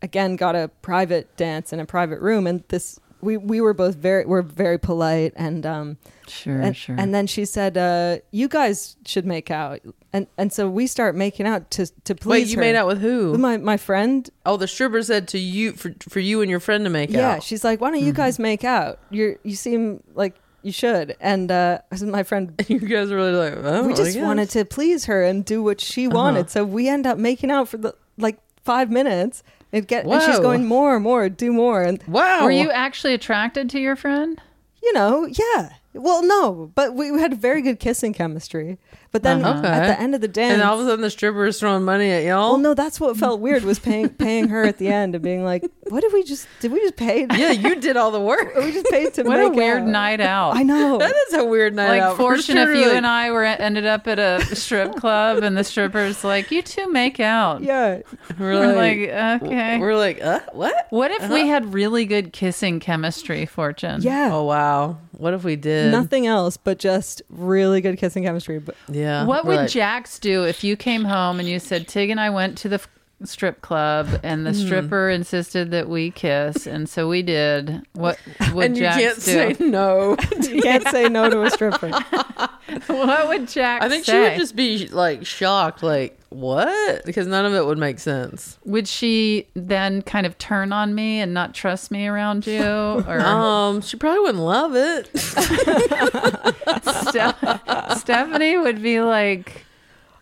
S4: again got a private dance in a private room, and this we we were both very were very polite, and um,
S5: Sure,
S4: and,
S5: sure.
S4: and then she said, uh, "You guys should make out," and and so we start making out to to please.
S3: Wait, you
S4: her.
S3: made out with
S4: With
S3: who?
S4: my my friend.
S3: Oh, the stripper said to you for for you and your friend to make
S4: yeah,
S3: out.
S4: she's like, "Why don't you guys make out? You you seem like you should." And uh, I said, my friend
S3: you guys were really like, oh, Uh-huh.
S4: we just
S3: I
S4: wanted
S3: guess.
S4: to please her and do what she wanted. So we end up making out for the like five minutes and get and she's
S3: Whoa.
S4: going more, more, do more, and
S3: Wow.
S5: Were you actually attracted to your friend?
S4: you know, yeah. Well, no, but we had very good kissing chemistry. But then
S3: Uh-huh.
S4: at
S3: Okay.
S4: the end of the dance,
S3: And all of a sudden, the stripper is throwing money at y'all.
S4: well, no, that's what felt weird was paying paying her at the end and being like, "What did we just? Did we just pay?
S3: Yeah, you did all the work.
S4: we just paid to
S5: What
S4: make
S5: a weird
S4: out.
S5: night out.
S4: I know.
S3: That is a weird night
S5: Like
S3: out. uh, for
S5: fortune if
S3: sure.
S5: you
S3: Like,
S5: and I were ended up at a strip club and the stripper's like, You two make out.
S4: yeah,
S5: We're like, okay.
S3: we're Uh-huh. like, uh, what?
S5: what if we had really good kissing chemistry, Fortune?
S4: yeah.
S3: Oh wow, what if we did?
S4: Nothing else, but just really good kissing chemistry. But
S3: Yeah.
S5: What
S3: We're
S5: would
S3: like,
S5: Jax do if you came home and you said, Tig and I went to the f- strip club and the
S3: Hmm.
S5: stripper insisted that we kiss, and so we did? What would
S3: And you
S5: Jax
S3: can't
S5: do?
S3: say no.
S4: you can't say no to a stripper.
S5: what would Jax
S3: I think
S5: say?
S3: she would just be like shocked, like what? Because none of it would make sense.
S5: Would she then kind of turn on me and not trust me around you? Or
S4: Oh.
S3: Um, she probably wouldn't love it.
S5: Ste- Stephanie would be like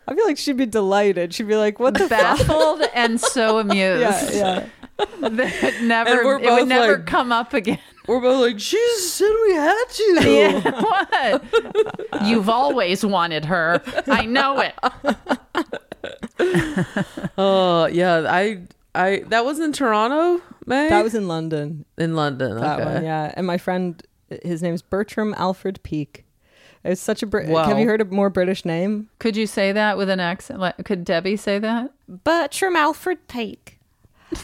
S4: I feel like she'd be delighted. She'd be like, "What the fuck?"
S5: baffled and so amused
S4: Yeah, yeah.
S5: that it never
S3: And we're
S5: it would
S3: both
S5: never
S3: like-
S5: come up again.
S3: We're both like, she said we had to.
S5: what? You've always wanted her. I know it.
S3: Oh yeah, I, I that was in Toronto, May.
S4: That was in London.
S3: in London.
S4: That
S3: okay.
S4: one, yeah. And my friend, his name's Bertram Alfred Peake. It's such a Brit.
S3: Wow.
S4: Have you heard a more British name?
S5: Could you say that with an accent? Like, could Debbie say that?
S7: Bertram Alfred Peake.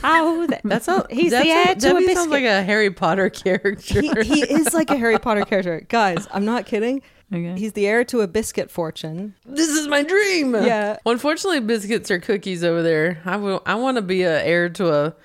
S7: Oh, that,
S3: That's how
S7: He's
S3: that's
S7: the
S3: how-
S7: heir to a
S3: Debbie sounds
S7: biscuit.
S3: like a Harry Potter character.
S4: He, he is like a Harry Potter character, guys. I'm not kidding.
S5: Okay.
S4: He's the heir to a biscuit fortune.
S3: This is my dream.
S4: Yeah.
S3: Well, unfortunately, biscuits are cookies over there. I will. I want to be a heir to a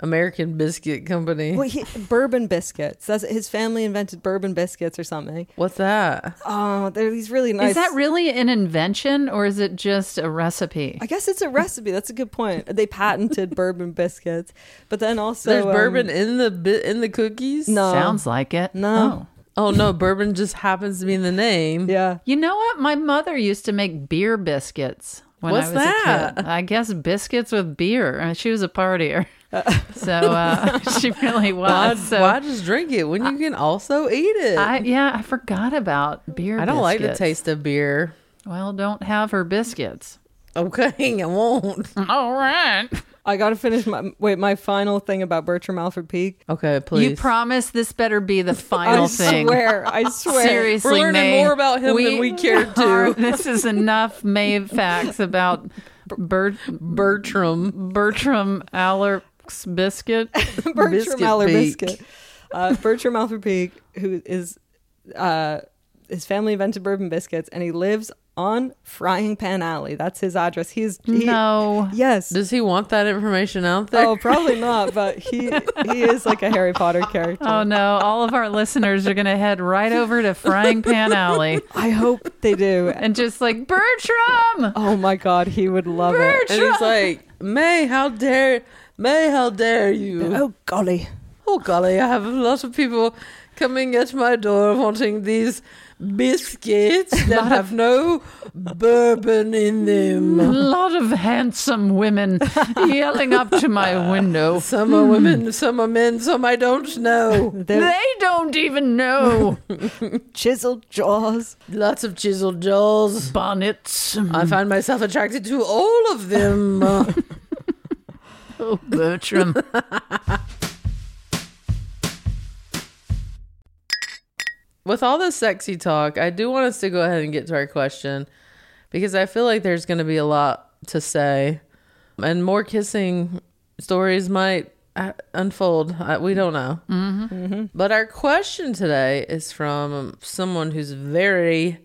S3: American biscuit company.
S4: Well, he, bourbon biscuits. That's his family invented bourbon biscuits or something.
S3: What's that?
S4: Oh, they're these really nice.
S5: Is that really an invention or is it just a recipe?
S4: I guess it's a recipe. That's a good point. They patented bourbon biscuits, but then also
S3: There's
S4: um,
S3: bourbon in the bi- in the cookies.
S4: No.
S5: Sounds like it.
S4: um, No.
S5: Oh.
S3: Oh no, bourbon just happens to be in the name.
S4: Yeah,
S5: You know what? My mother used to make beer biscuits when
S3: What's
S5: I was
S3: that?
S5: a kid. I guess biscuits with beer. I mean, she was a partier. So uh, she really was.
S3: Why,
S5: so
S3: why just drink it when you can also eat it? I,
S5: I, yeah, I forgot about beer
S3: don't like the
S5: biscuits.
S3: taste of beer.
S5: Well, don't have her biscuits.
S3: Okay, I won't.
S5: All right.
S4: I gotta finish my wait. My final thing about Bertram Alfred Peake.
S3: Okay, please.
S5: You promise this better be the final
S4: I
S5: thing.
S4: swear, I swear.
S5: Seriously,
S3: We're learning
S5: Maeve,
S3: more about him than we care to.
S5: are- this is enough Maeve facts about Bert,
S3: Bertram.
S5: Bertram Alex Biscuit.
S4: Bertram
S3: Biscuit
S4: Aller
S3: Peak.
S4: Biscuit. Uh, Bertram Alfred Peake, who is uh, his family invented bourbon biscuits, and he lives on Frying Pan Alley. That's his address. He's he,
S5: No.
S4: yes.
S3: Does he want that information out there?
S4: Oh, probably not, but he he is like a Harry Potter character.
S5: Oh no! All of our listeners are going to head right over to Frying Pan Alley
S4: I hope they do.
S5: and just like Bertram.
S4: Oh my god, he would love it.
S3: and he's like, May, how dare, May, how dare you?
S4: Oh golly.
S3: Oh golly, I have a lot of people coming at my door wanting these biscuits that have no bourbon in
S5: A
S3: them.
S5: lot of handsome women yelling up to my window.
S3: Some are women, some are men, some I don't know.
S4: They're
S5: They don't even know
S4: chiseled jaws.
S3: Lots of chiseled jaws.
S5: bonnets.
S3: I find myself attracted to all of them.
S5: Oh, Bertram.
S3: with all this sexy talk, I do want us to go ahead and get to our question because I feel like there's going to be a lot to say, and more kissing stories might uh, unfold. I, we don't know. Mm-hmm. But our question today is from someone who's very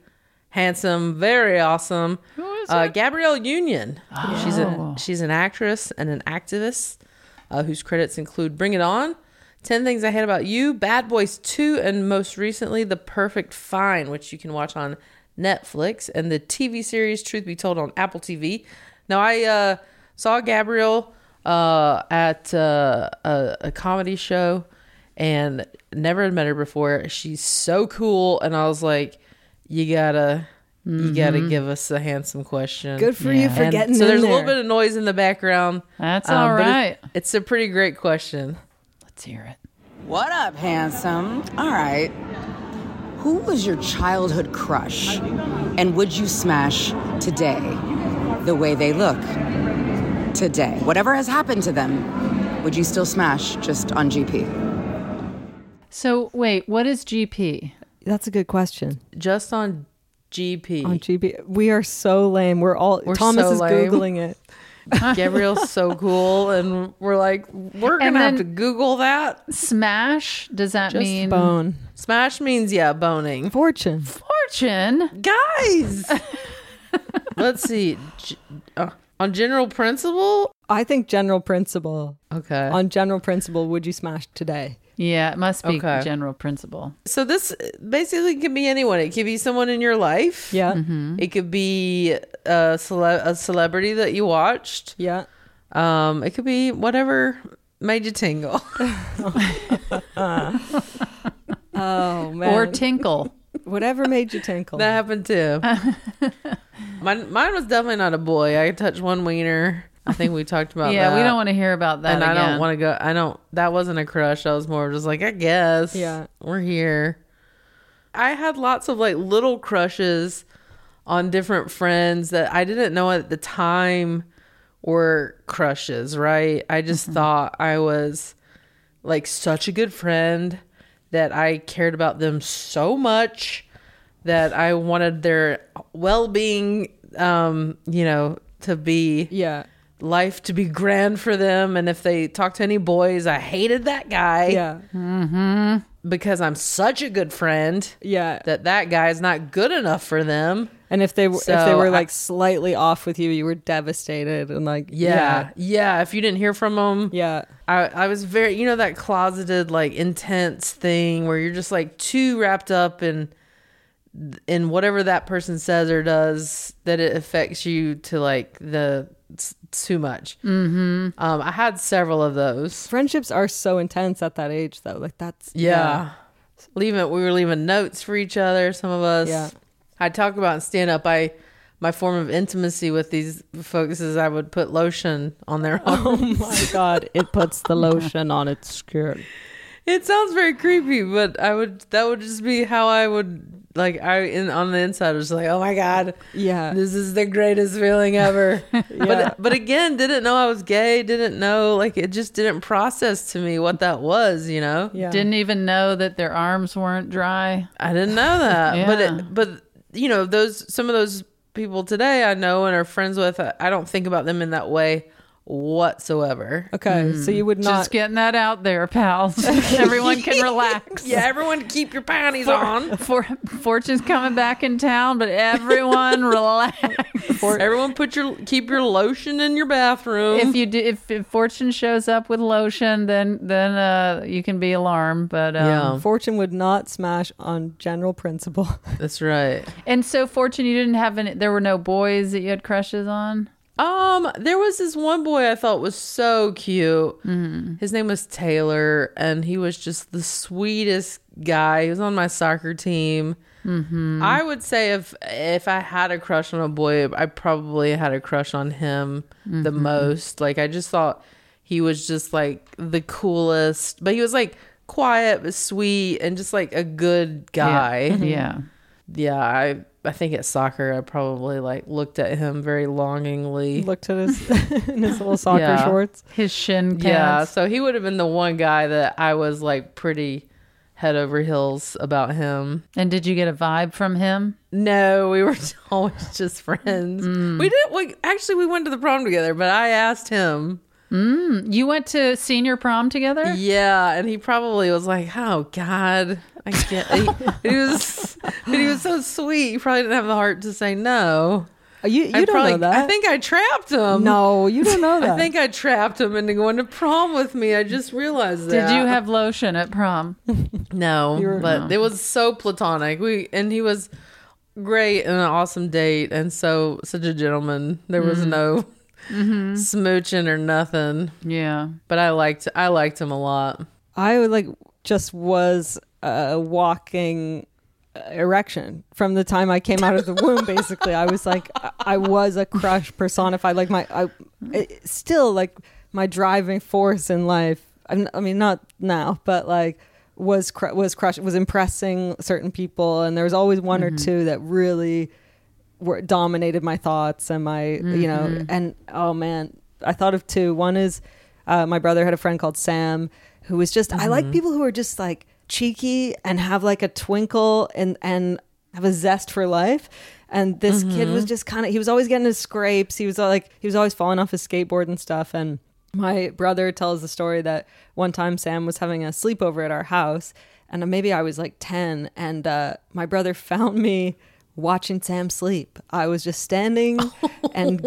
S3: handsome, very awesome. Who is Oh. uh, Gabrielle Union. She's a, she's an actress and an activist uh, whose credits include Bring It On, 10 Things I Hate About You, Bad Boys 2, and most recently, The Perfect Fine, which you can watch on Netflix, and the TV series Truth Be Told on Apple TV. Now, I uh, saw Gabrielle uh, at uh, a, a comedy show and never had met her before. She's so cool, and I was like, you gotta. You gotta give us a handsome question.
S4: Good for you for
S3: And
S4: getting
S3: so
S4: in
S3: there's a
S4: there.
S3: little bit of noise in the background.
S5: That's all
S3: all right.
S5: right.
S3: It's a pretty great question.
S5: Let's hear it.
S8: What up, handsome? All right. Who was your childhood crush? And would you smash today the way they look today? Whatever has happened to them, would you still smash just on GP?
S5: So, wait, what is GP?
S4: That's a good question.
S3: Just on GP.
S4: On GB, we are so lame. We're all Thomas
S3: so
S4: is
S3: lame.
S4: googling it.
S3: Gabrielle's so cool, and we're like, we're
S5: And
S3: gonna have
S5: then-
S3: to Google that.
S5: Smash? Does that mean
S4: Bone
S3: Smash means yeah, boning.
S4: fortune.
S5: fortune?
S3: Guys, let's see. G- uh, on general principle,
S4: I think general principle.
S3: okay.
S4: On general principle, would you smash today?
S5: Yeah, it must be
S3: Okay.
S5: general principle.
S3: so this basically can be anyone. It could be someone in your life.
S4: Yeah,
S5: Mm-hmm.
S3: It could be a, cele- a celebrity that you watched.
S4: yeah.
S3: Um, it could be whatever made you tingle.
S4: Oh man,
S5: Or tinkle.
S4: whatever made you tinkle.
S3: That happened too. mine, mine was definitely not a boy. I touched one wiener. I think we talked about
S5: yeah,
S3: that.
S5: we don't want to hear about that
S3: And I
S5: again.
S3: don't want to go. I don't. That wasn't a crush. I was more just like, I guess.
S4: Yeah.
S3: we're here. I had lots of like little crushes on different friends that I didn't know at the time were crushes. Right? I just
S5: Mm-hmm.
S3: thought I was like such a good friend that I cared about them so much that I wanted their well being. Um, you know, to be
S4: yeah,
S3: life to be grand for them and if they talked to any boys i hated that guy
S4: yeah.
S3: because I'm such a good friend
S4: Yeah.
S3: that that guy is not good enough for them.
S4: and if they were if they
S3: So I-
S4: were like slightly off with you, you were devastated and like
S3: Yeah. Yeah. if you didn't hear from them,
S4: Yeah.
S3: I, I was very, you know, that closeted, like intense thing where you're just like too wrapped up in in whatever that person says or does that it affects you to like the it's too much. Mm-hmm. Um, I had several of those.
S4: Friendships are so intense at that age though. Like that's
S3: Yeah. Leaving we were leaving notes for each other, some of us.
S4: Yeah.
S3: I talk about in stand up I my form of intimacy with these folks is I would put lotion on their
S4: Oh
S3: arm.
S4: my god, it puts the lotion on its skin.
S3: It sounds very creepy, but I would that would just be how I would like I in on the inside was like, "Oh my god,
S4: Yeah.
S3: this is the greatest feeling ever."
S4: Yeah.
S3: But but again, didn't know I was gay, didn't know like it just didn't process to me what that was, you know?
S4: Yeah.
S5: Didn't even know that their arms weren't dry.
S3: I didn't know that. But
S5: Yeah.
S3: it, but you know those some of those people today I know and are friends with. I, I don't think about them in that way whatsoever.
S4: Okay,
S3: Mm.
S4: so you would not
S5: Just getting that out there, pals. Everyone can relax.
S3: Yeah, everyone keep your panties on.
S5: For, Fortune's coming back in town, but everyone relax.
S3: everyone put your keep your lotion in your bathroom.
S5: if you do, if, if Fortune shows up with lotion, then then uh, you can be alarmed. But um,
S4: Fortune would not smash on general principle.
S3: That's right.
S5: and so Fortune, you didn't have any. There were no boys that you had crushes on.
S3: Um, there was this one boy I thought was so cute.
S5: Mm-hmm.
S3: His name was Taylor, and he was just the sweetest guy. He was on my soccer team.
S5: Mm-hmm.
S3: I would say if if I had a crush on a boy, I probably had a crush on him the
S5: Mm-hmm.
S3: most. Like I just thought he was just like the coolest, but he was like quiet but sweet and just like a good guy
S5: Yeah.
S3: yeah i i think at soccer i probably like looked at him very longingly
S4: Looked at his in his little soccer
S3: Yeah.
S4: shorts.
S5: His shin pads.
S3: yeah so he would have been the one guy that i was like pretty head over heels about him
S5: And did you get a vibe from him?
S3: no we were always just friends
S4: Mm.
S3: we did we actually we went to the prom together but i asked him
S5: You went to senior prom together?
S3: yeah and he probably was like oh god i get he, he was but he was so sweet he probably didn't have the heart to say no
S4: Uh, You you
S3: I
S4: don't
S3: probably,
S4: know that.
S3: i think i trapped him
S4: no, you don't know that.
S3: I think I trapped him into going to prom with me. I just realized
S5: Did
S3: that.
S5: you have lotion at prom?
S3: no?
S4: were-
S3: but it was so platonic. We and he was great and an awesome date, and so such a gentleman. There was
S4: Mm-hmm.
S3: no smooching or nothing.
S5: Yeah.
S3: But I liked I liked him a lot.
S4: I would, like just was a walking uh, erection from the time I came out of the womb. Basically, I was like I- I was a crush personified. Like my I it, still like my driving force in life. I'm, I mean, not now, but like was cru- was crush was impressing certain people, and there was always one or two that really were dominated my thoughts and my you know and oh man i thought of two one is uh, my brother had a friend called sam who was just i like people who are just like cheeky and have like a twinkle and and have a zest for life and this kid was just kind of he was always getting his scrapes he was uh, like he was always falling off his skateboard and stuff and my brother tells the story that one time Sam was having a sleepover at our house, and uh, maybe I was like 10, and uh, my brother found me watching Sam sleep. I was just standing and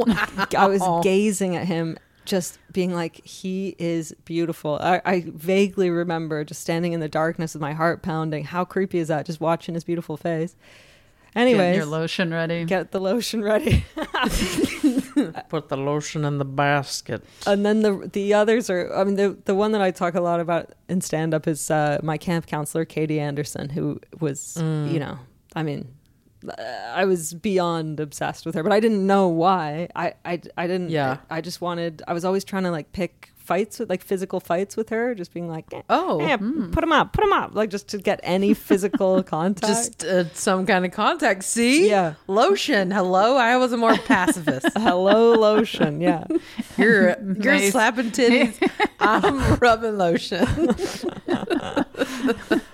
S4: I was gazing at him, just being like, he is beautiful. I, I vaguely remember just standing in the darkness with my heart pounding. How creepy is that? Just watching his beautiful face.
S5: Getting
S4: Anyways,
S5: your lotion ready.
S4: get the lotion ready.
S3: Put the lotion in the basket.
S4: and then the the others are i mean the the one that i talk a lot about in stand up is uh my camp counselor katie anderson who was you know i mean uh, i was beyond obsessed with her but i didn't know why i i, I didn't
S3: Yeah.
S4: I, just wanted i was always trying to like pick fights with like physical fights with her just being like eh,
S3: Oh.
S4: eh, put him up put him up like just to get any physical contact
S3: Just uh, some kind of contact. See,
S4: Yeah.
S3: lotion. Hello, I was a more pacifist.
S4: hello lotion yeah
S3: You're you're
S5: Nice.
S3: slapping titties. I'm rubbing lotion.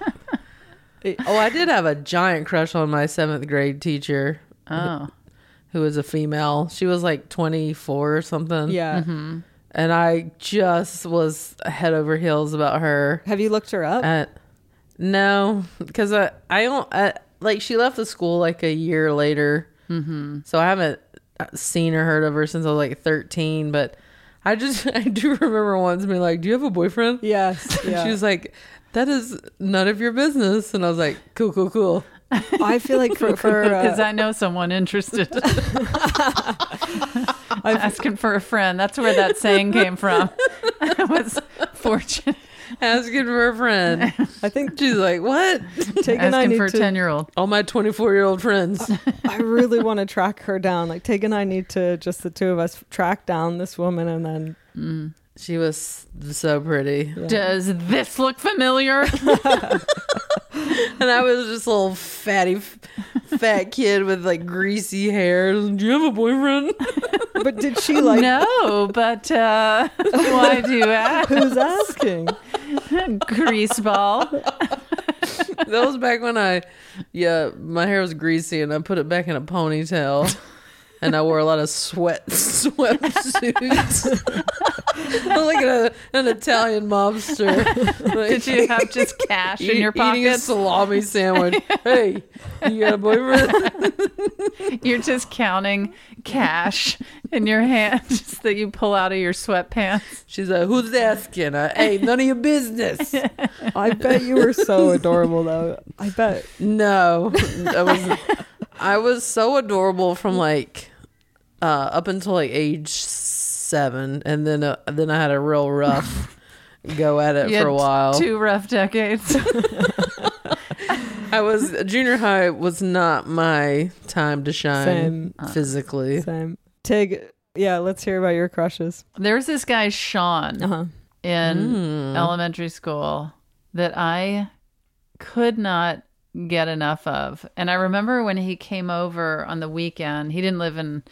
S3: oh, I did have a giant crush on my seventh grade teacher,
S5: Oh.
S3: who was a female. She was like 24 or something.
S4: yeah
S3: and I just was head over heels about her. Uh,
S4: have you looked her up
S3: And No, because I I don't I, like she left the school like a year later, mm-hmm. so I haven't seen or heard of her since I was like thirteen. But I just I do remember once being like, "Do you have a boyfriend?"
S4: Yes.
S3: And She was like, "That is none of your business," and I was like, "Cool, cool, cool."
S4: I feel like for, for uh,
S5: Because I know someone interested. Asking for a friend. That's where that saying came from. I was fortunate.
S3: Asking for a friend.
S4: I think
S3: She's like, "What?"
S4: Tig and I
S5: Asking
S4: need
S5: for a
S4: to.
S5: 10 year old.
S3: All my twenty-four-year-old friends.
S4: I really want to track her down. Like Tig and I need to just the two of us track down this woman and then
S3: She was so pretty,
S5: Does this look familiar?
S3: and I was just a little fatty, f- fat kid with like greasy hair. Do you have a boyfriend?
S4: But did she like
S5: no, but uh, why do you ask?
S4: who's asking?
S5: Greaseball.
S3: That was back when I, yeah, my hair was greasy and I put it back in a ponytail, and I wore a lot of sweat sweatsuits. I was like a, an Italian mobster. Like,
S5: Did you have just cash in
S3: eat-
S5: your
S3: eating a
S5: pockets?
S3: salami sandwich? hey, you got a boyfriend?
S5: You're just counting cash in your hand just that you pull out of your sweatpants.
S3: She's like, who's asking? I, hey, none of your business.
S4: I bet you were so adorable though. I bet
S3: No, I was I was so adorable from like uh, up until like age seven, and then uh, then I had a real rough go at it
S5: You
S3: for a
S5: had
S3: while.
S5: Two rough decades.
S3: I was junior high was not my time to shine
S4: same
S3: physically.
S4: same. Tig, yeah, let's hear about your crushes.
S5: There's this guy, Sean,
S4: Uh-huh.
S5: in
S3: Hmm.
S5: elementary school that I could not get enough of. And I remember when he came over on the weekend, he didn't live in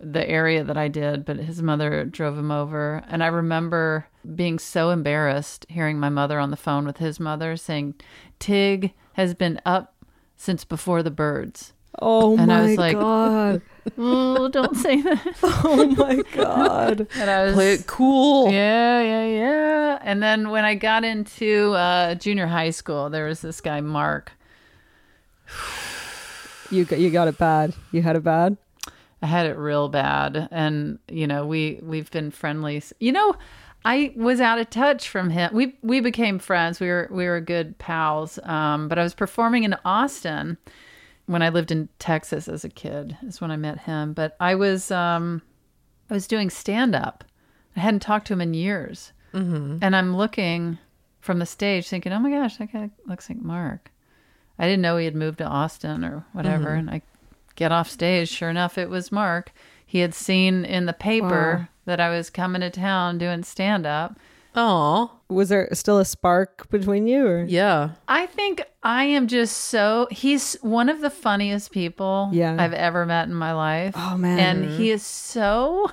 S5: the area that I did, but his mother drove him over. And I remember being so embarrassed hearing my mother on the phone with his mother saying, Tig has been up since before the birds.
S4: Oh
S5: And
S4: my
S5: I was like-
S4: god.
S5: Oh, don't say that.
S4: Oh my god.
S5: And I was
S3: Play it cool.
S5: Yeah, yeah, yeah. And then when I got into uh, junior high school, there was this guy Mark.
S4: You got you got it bad. You had it bad.
S5: I had it real bad, and you know we we've been friendly. s- You know, I was out of touch from him. We we became friends. We were we were good pals. Um, but I was performing in Austin when I lived in Texas as a kid. Is when I met him. But I was um, I was doing stand up. I hadn't talked to him in years, and I'm looking from the stage, thinking, "Oh my gosh, that guy looks like Mark." I didn't know he had moved to Austin or whatever. And I get off stage. Sure enough, it was Mark. He had seen in the paper that I was coming to town doing stand up.
S3: Aw,
S4: Was there still a spark between you or
S3: yeah.
S5: I think I am just so he's one of the funniest people
S4: Yeah.
S5: I've ever met in my life.
S4: Oh, man.
S5: And he is so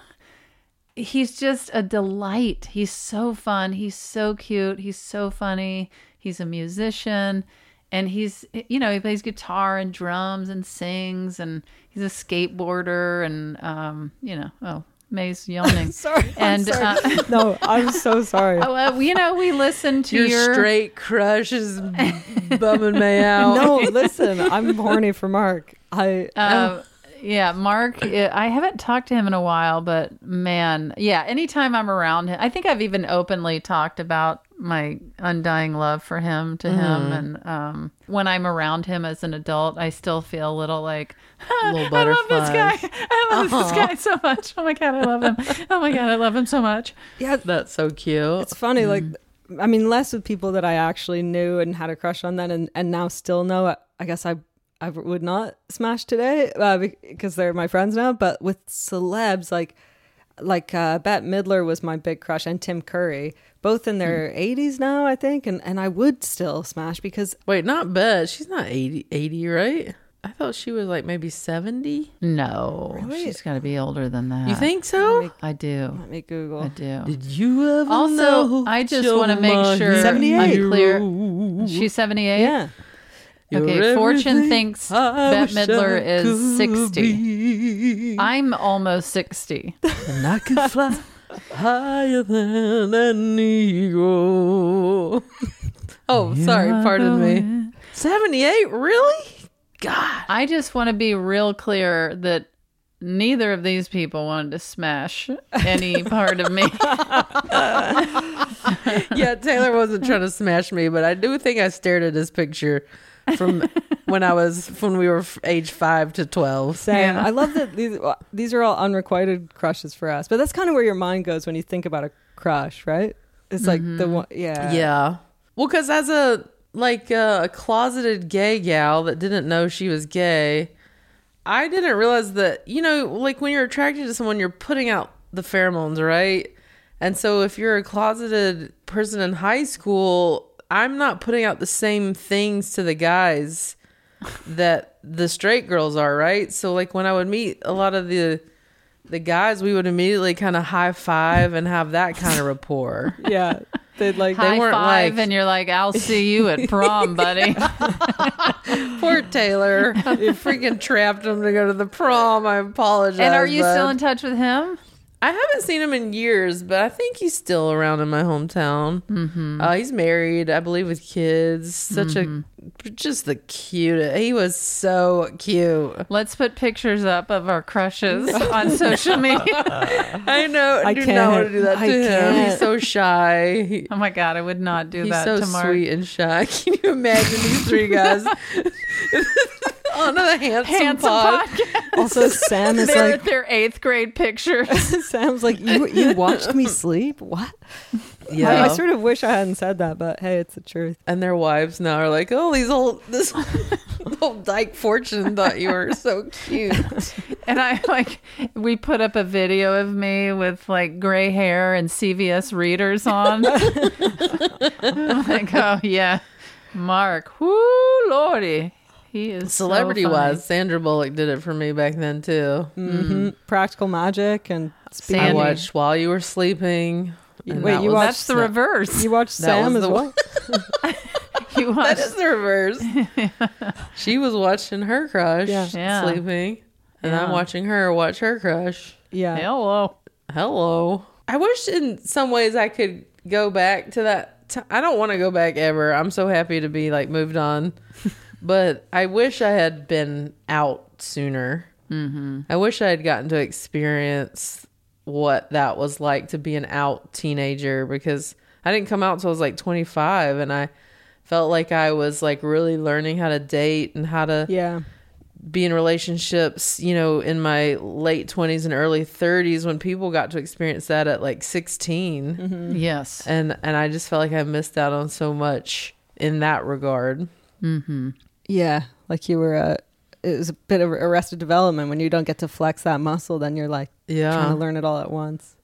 S5: he's just a delight. He's so fun, he's so cute, he's so funny. He's a musician and he's you know, he plays guitar and drums and sings and he's a skateboarder and um, you know, oh, May's yawning. sorry. And Uh,
S4: No, I'm so sorry.
S5: oh, uh, you know, we listen to
S3: Your,
S5: your,
S3: straight crush is bumming me out.
S4: No, listen, I'm horny for Mark. I
S3: Oh.
S5: Um, yeah, Mark, eh, I haven't talked to him in a while, but man, yeah, anytime I'm around him, I think I've even openly talked about my undying love for him to
S3: Mm-hmm.
S5: him. And um, when I'm around him as an adult, I still feel a little like,
S3: Little
S5: I love this
S3: butterflies.
S5: guy. I love this guy so much. Oh my God, I love him. Oh my God, I love him so much.
S4: yeah,
S3: That's so cute.
S4: it's funny like i mean less with people that i actually knew and had a crush on then and, and now still know I- i guess i i would not smash today uh, because they're my friends now but with celebs like like uh, Bette Midler was my big crush, and Tim Curry, both in their 80s now, I think, and, and I would still smash because
S3: Wait, not bad. She's not 80, 80, right? I thought she was like maybe 70.
S5: No, she's got to be older than that.
S3: You think so?
S5: I do.
S4: let me Google.
S5: I do.
S3: Did you ever
S5: Also, I just want to make sure
S4: 78.
S5: I'm clear. She's 78.
S4: Yeah,
S5: Okay, Fortune thinks Bette Midler is 60. I'm almost 60.
S3: and I can fly higher than an eagle.
S5: Oh, sorry. Pardon me.
S3: 78? Really? God.
S5: I just want to be real clear that neither of these people wanted to smash any part of me.
S3: Yeah, Taylor wasn't trying to smash me, but I do think I stared at his picture from when I was when we were f- age 5 to 12.
S4: Same. I love that these well, these are all unrequited crushes for us, but that's kind of where your mind goes when you think about a crush, right? It's like the one, yeah,
S3: Yeah. Well, because as a like uh, a closeted gay gal that didn't know she was gay, I didn't realize that you know, like when you're attracted to someone, you're putting out the pheromones, right? And so if you're a closeted person in high school, I'm not putting out the same things to the guys that the straight girls are, right? So like when I would meet a lot of the the guys, we would immediately kind of high five and have that kind of rapport.
S4: yeah. They'd like
S5: High
S3: weren't
S5: five,
S3: like-
S5: and you're like, I'll see you at prom, buddy.
S3: Poor Taylor. You freaking trapped him to go to the prom. I apologize.
S5: and are you still
S3: bud.
S5: in touch with him?
S3: I haven't seen him in years, but I think he's still around in my hometown. Mm-hmm. Uh, he's married, I believe, with kids. Such a just the cutest. He was so cute.
S5: Let's put pictures up of our crushes on social media.
S3: I know. I do not
S4: can't.
S3: want to do that to
S4: I
S3: him.
S4: can't.
S3: He's so shy. He-
S5: Oh my god, I would not do
S3: he's
S5: that
S3: so
S5: tomorrow.
S3: sweet and shy. Can you imagine these three guys on a handsome,
S5: Handsome
S3: pod?
S5: podcast.
S4: also Sam is
S5: They're
S4: like
S5: at their eighth grade pictures.
S4: Sam's like you you watched me sleep what
S3: Yeah.
S4: I, I sort of wish I hadn't said that but hey it's the truth
S3: and their wives now are like, "Oh, these old this old dyke fortune thought you were so cute."
S5: And I like, we put up a video of me with like gray hair and CVS readers on. I'm like, oh yeah, Mark. Whoo, lordy, he is so
S3: Celebrity
S5: funny.
S3: wise, Sandra Bullock did it for me back then too.
S4: hmm Practical Magic and Speed-
S3: I
S5: Sandy.
S3: watched while you were sleeping. and
S4: wait
S3: that
S4: you
S3: was-
S4: watched
S5: That's the
S4: Sa-
S5: reverse.
S4: you watched Sam
S3: was
S4: as
S3: the
S4: well
S5: You
S3: that
S5: watched
S3: is the reverse. she was watching her crush
S4: Yeah.
S5: Yeah.
S3: sleeping, and I'm
S5: Yeah.
S3: watching her watch her crush.
S4: yeah
S5: hello.
S3: Hello. I wish in some ways I could go back to that. T- I don't want to go back ever. I'm so happy to be like moved on. but I wish I had been out sooner. Mm-hmm. I wish I had gotten to experience what that was like to be an out teenager because I didn't come out until I was like 25 and I felt like I was like really learning how to date and how to
S4: yeah
S3: be in relationships, you know, in my late 20s and early 30s when people got to experience that at like 16.
S5: Mm-hmm. Yes.
S3: And and I just felt like I missed out on so much in that regard.
S4: yeah like you were a it was a bit of arrested development when you don't get to flex that muscle then you're like
S3: Yeah.
S4: trying to learn it all at once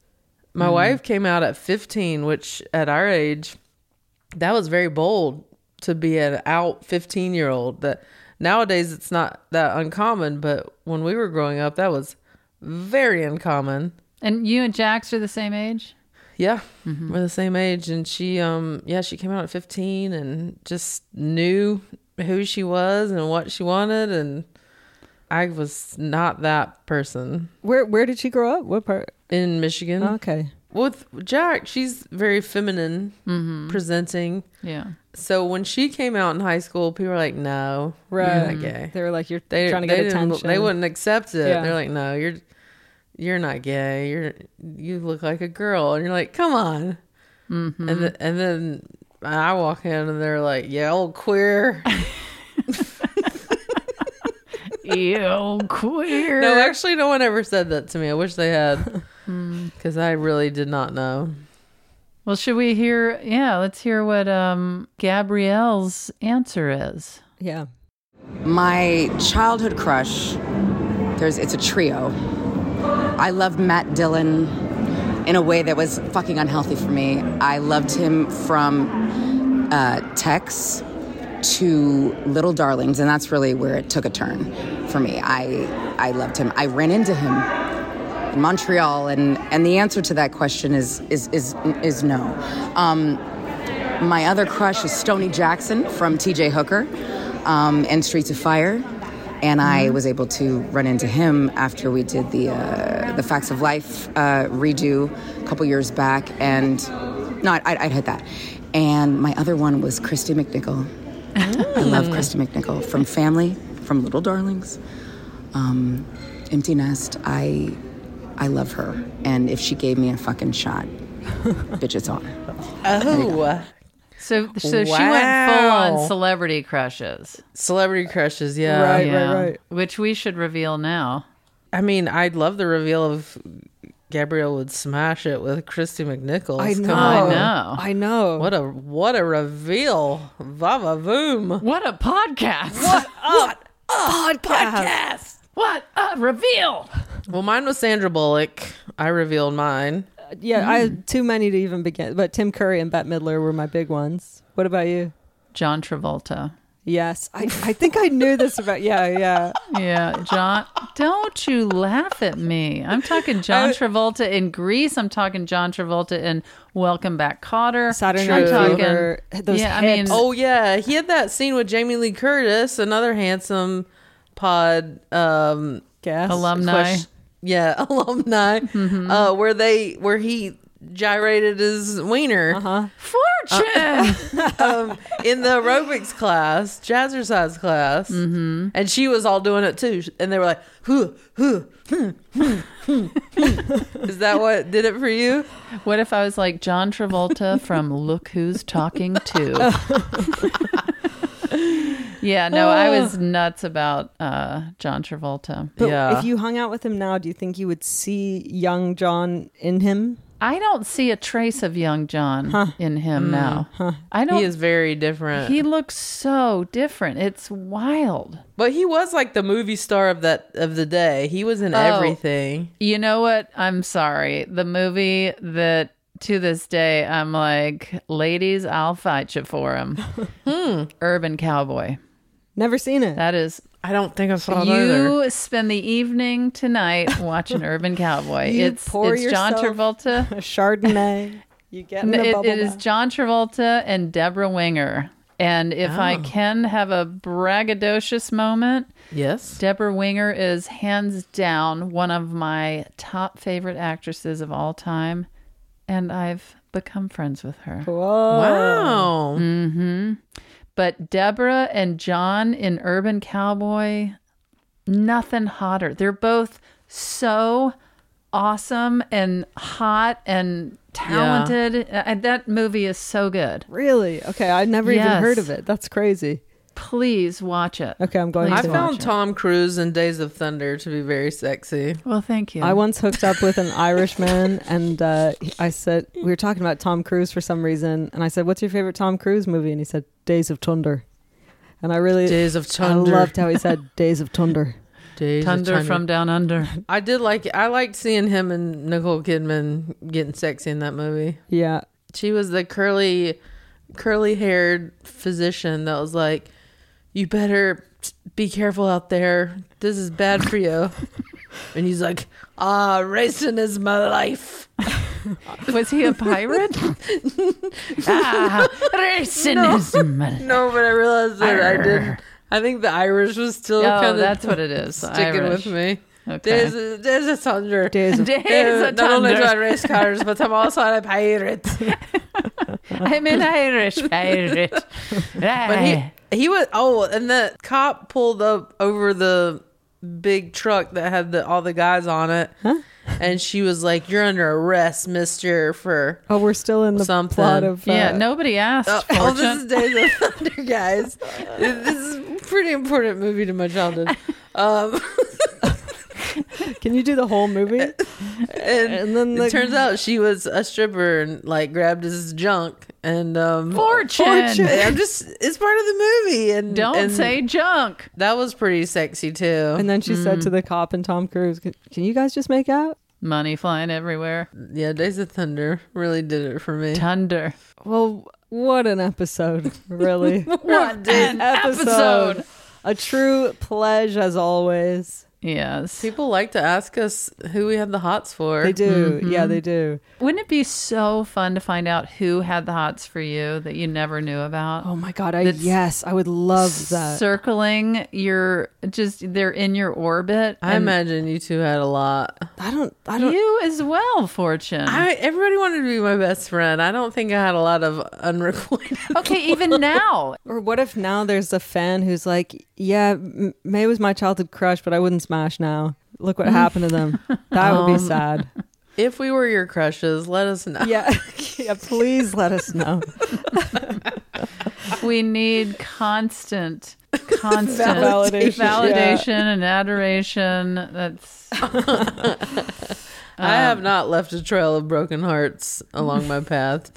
S3: My wife came out at 15, which at our age, that was very bold to be an out 15 year old. That nowadays it's not that uncommon, but when we were growing up, that was very uncommon.
S5: And you and Jax are the same age?
S3: Yeah, we're the same age, and she, um, yeah, she came out at fifteen and just knew who she was and what she wanted, and I was not that person
S4: where where did she grow up what part
S3: in Michigan.
S4: okay
S3: With Jack, she's very feminine presenting.
S5: Yeah.
S3: So when she came out in high school, people were like, "No,
S4: right
S3: you're not gay."
S4: they were like you're
S3: They
S4: trying to
S3: they
S4: get
S3: didn't-
S4: attention
S3: They wouldn't accept it.
S4: Yeah.
S3: They're like, "No, you're you're not gay. You're you look like a girl." And you're like, "Come on."
S4: Mm-hmm.
S3: And th- and then I walk in and they're like, "Yeah, old queer."
S5: Ew, queer.
S3: no, actually, no one ever said that to me. I wish they had,
S4: Mm.
S3: because I really did not know.
S5: well, should we hear? Yeah, let's hear what um, Gabrielle's answer is.
S4: yeah
S8: My childhood crush, there's it's a trio. I loved Matt Dillon in a way that was fucking unhealthy for me. I loved him from uh, Tex to Little Darlings, and that's really where it took a turn for me. I I loved him. I ran into him in Montreal, and and the answer to that question is is is is no. Um, my other crush is Stoney Jackson from TJ Hooker um, and Streets of Fire. And I was able to run into him after we did the uh, the Facts of Life uh, redo a couple years back, and No, I'd, I'd hit that. And my other one was Christy McNichol. I love Christy McNichol from Family, from Little Darlings, um, Empty Nest. I, I love her. And if she gave me a fucking shot, bitch, it's on.
S3: Oh,
S5: So, so she went full
S3: Wow.
S5: on celebrity crushes,
S3: celebrity crushes. Yeah.
S4: Right, right, right.
S5: which we should reveal now.
S3: I mean, I'd love the reveal of Gabrielle would smash it with Christy McNichols.
S4: I know.
S3: Come on.
S5: know.
S4: I know.
S3: What a what a reveal. Vava voom.
S5: What a podcast! What
S4: podcast?
S5: what a reveal!
S3: Well, mine was Sandra Bullock. I revealed mine.
S4: Yeah, I had too many to even begin. But Tim Curry and Bette Midler were my big ones. What about you?
S5: John Travolta.
S4: Yes, I, I think I knew this about. Yeah, yeah.
S5: Yeah, John. Don't you laugh at me. I'm talking
S4: Uh,
S5: John Travolta in Grease. I'm talking John Travolta in Welcome Back, Cotter.
S4: Saturday
S5: I'm
S4: Night Fever. Those
S5: yeah, I mean,
S4: hips.
S3: Oh yeah, he had that scene with Jamie Lee Curtis, another handsome pod um
S4: Guess.
S5: Alumni.
S3: question- yeah, alumni. Uh where they where he gyrated his wiener
S4: uh,
S5: fortune.
S3: um, in the aerobics class, jazzercise class, mm-hmm. and she was all doing it too. And they were like, "Who, who, hmm, hmm, hmm, hmm." is that what did it for you?"
S5: what if I was like John Travolta from Look Who's Talking To? yeah, no, I
S3: Oh.
S5: was nuts about uh, John Travolta.
S4: But
S3: Yeah.
S4: if you hung out with him now, do you think you would see young John in him?
S5: I don't see a trace of young John in him now. I don't.
S3: Mm, He is very different,
S5: He looks so different. It's wild.
S3: but he was like the movie star of that of the day. He was in everything.
S5: You know what? I'm sorry. The movie that to this day I'm like, ladies, I'll fight you for him.
S3: Hmm.
S5: Urban Cowboy.
S4: Never seen it.
S5: That is.
S3: I don't think I saw
S5: you
S3: that either.
S5: spend the evening tonight watching Urban Cowboy.
S4: You
S5: it's
S4: pour
S5: it's John
S4: yourself-
S5: Travolta.
S4: A Chardonnay. You get in
S5: N-
S4: the
S5: it-
S4: bubble.
S5: it is
S4: bath.
S5: John Travolta and Deborah Winger. And if I can have a braggadocious moment,
S3: Yes,
S5: Deborah Winger is hands down one of my top favorite actresses of all time, and I've become friends with her. Mm-hmm.
S4: Whoa.
S3: wow.
S5: But Deborah and John in Urban Cowboy, nothing hotter. They're both so awesome and hot and talented. And that movie is so good.
S4: Really? Okay, I've never even
S5: Yes.
S4: heard of it. That's crazy.
S5: Please watch it.
S4: Okay, I'm going
S5: Please
S3: I
S4: to.
S5: watch
S3: found
S5: it.
S3: Tom Cruise in Days of Thunder to be very sexy.
S5: Well, thank you.
S4: I once hooked up with an Irishman, and uh, he- I said we were talking about Tom Cruise for some reason, and I said, "What's your favorite Tom Cruise movie?" And he said, "Days of Thunder," and I really
S3: Days of
S4: I
S3: Thunder.
S4: loved how he said "Days of Thunder."
S3: Days of
S5: Thunder from Down Under.
S3: I did like I liked seeing him and Nicole Kidman getting sexy in that movie.
S4: Yeah,
S3: She was the curly curly haired physician that was like, You better be careful out there. This is bad for you. and he's like, Ah, racing is my life.
S5: Was he a pirate? ah, racism.
S3: No, but I realized that I didn't I think the Irish was still
S5: Oh,
S3: kind of
S5: that's what it is.
S3: sticking
S5: Irish.
S3: with me.
S5: Okay.
S3: There's a, there's a thunder.
S4: Days of
S5: Days of
S3: Not only do I
S5: Thunder.
S3: race cars, but I'm also a pirate.
S5: I'm an Irish pirate.
S3: But
S5: Ah.
S3: he he was oh, and the cop pulled up over the big truck that had the, all the guys on it, and she was like, "You're under arrest, Mister." For
S4: oh, we're still in the
S3: Something.
S4: plot of uh,
S5: yeah, nobody asked.
S3: oh,
S5: Fortune.
S3: oh, this is Days of Thunder, guys. this is a pretty important movie to my childhood. Um,
S4: Can you do the whole movie?
S3: and,
S4: And then the-
S3: it turns out she was a stripper and like grabbed his junk and um,
S5: Fortune.
S3: I'm just it's part of the movie and
S5: Don't
S3: and
S5: say junk.
S3: that was pretty sexy too.
S4: And then she said
S3: Mm.
S4: to the cop and Tom Cruise, "Can, can you guys just make out?"
S5: Money flying everywhere.
S3: yeah, Days of Thunder really did it for me.
S5: Thunder.
S4: Well, what an episode, really.
S5: What an episode.
S4: A true pledge as always.
S5: Yes.
S3: People like to ask us who we have the hots for.
S4: They do.
S3: Mm-hmm.
S4: Yeah, they do.
S5: Wouldn't it be so fun to find out who had the hots for you that you never knew about?
S4: Oh my god, I
S5: That's-
S4: yes, I would love that.
S5: Circling your just they're in your orbit.
S3: I
S5: and
S3: imagine you two had a lot.
S4: I don't I don't
S5: you as well, Fortune.
S3: I everybody wanted to be my best friend. I don't think I had a lot of unrequited.
S5: okay, even now.
S4: Or what if now there's a fan who's like, yeah, M- May was my childhood crush, but I wouldn't smash now. Look what happened to them. That would be sad.
S3: If we were your crushes, let us know.
S4: Yeah. yeah, please let us know.
S5: We need constant constant
S4: Validation.
S5: validation and adoration. That's
S3: I
S5: Um,
S3: have not left a trail of broken hearts along my path.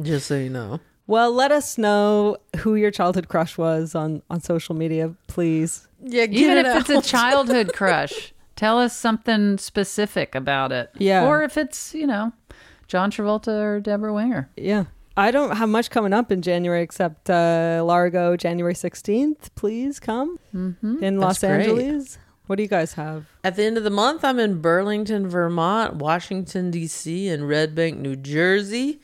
S3: Just so you know.
S4: Well, let us know who your childhood crush was on, on social media, please.
S3: Yeah, get
S5: even
S3: it
S5: if it's a
S3: out.
S5: childhood crush tell us something specific about it
S4: Yeah.
S5: or if it's you know john travolta or deborah winger
S4: Yeah. I don't have much coming up in January except uh, Largo, January 16th. Please come in Los
S3: great.
S4: Angeles. What do you guys have?
S3: At the end of the month, I'm in Burlington, Vermont, Washington, D.C., and Red Bank, New Jersey.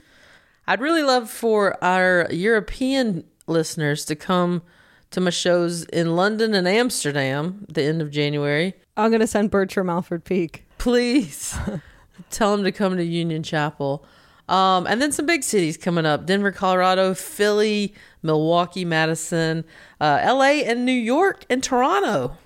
S3: I'd really love for our European listeners to come to my shows in London and Amsterdam at the end of January.
S4: I'm going to send Bertram Alfred Peak.
S3: Please tell them to come to Union Chapel. Um, and then some big cities coming up Denver, Colorado, Philly, Milwaukee, Madison, uh, LA, and New York, and Toronto.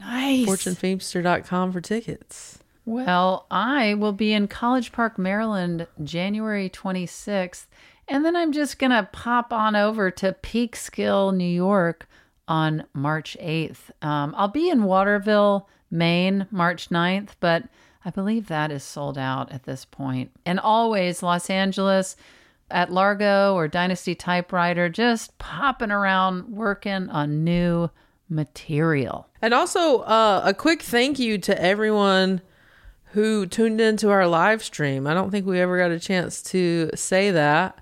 S5: nice
S3: FortuneFeemster.com for tickets.
S5: well i will be in college park maryland january 26th and then i'm just gonna pop on over to peekskill new york on march 8th um, i'll be in waterville maine march 9th but i believe that is sold out at this point and always los angeles at Largo or Dynasty Typewriter, just popping around working on new material.
S3: And also, uh, a quick thank you to everyone who tuned into our live stream. I don't think we ever got a chance to say that,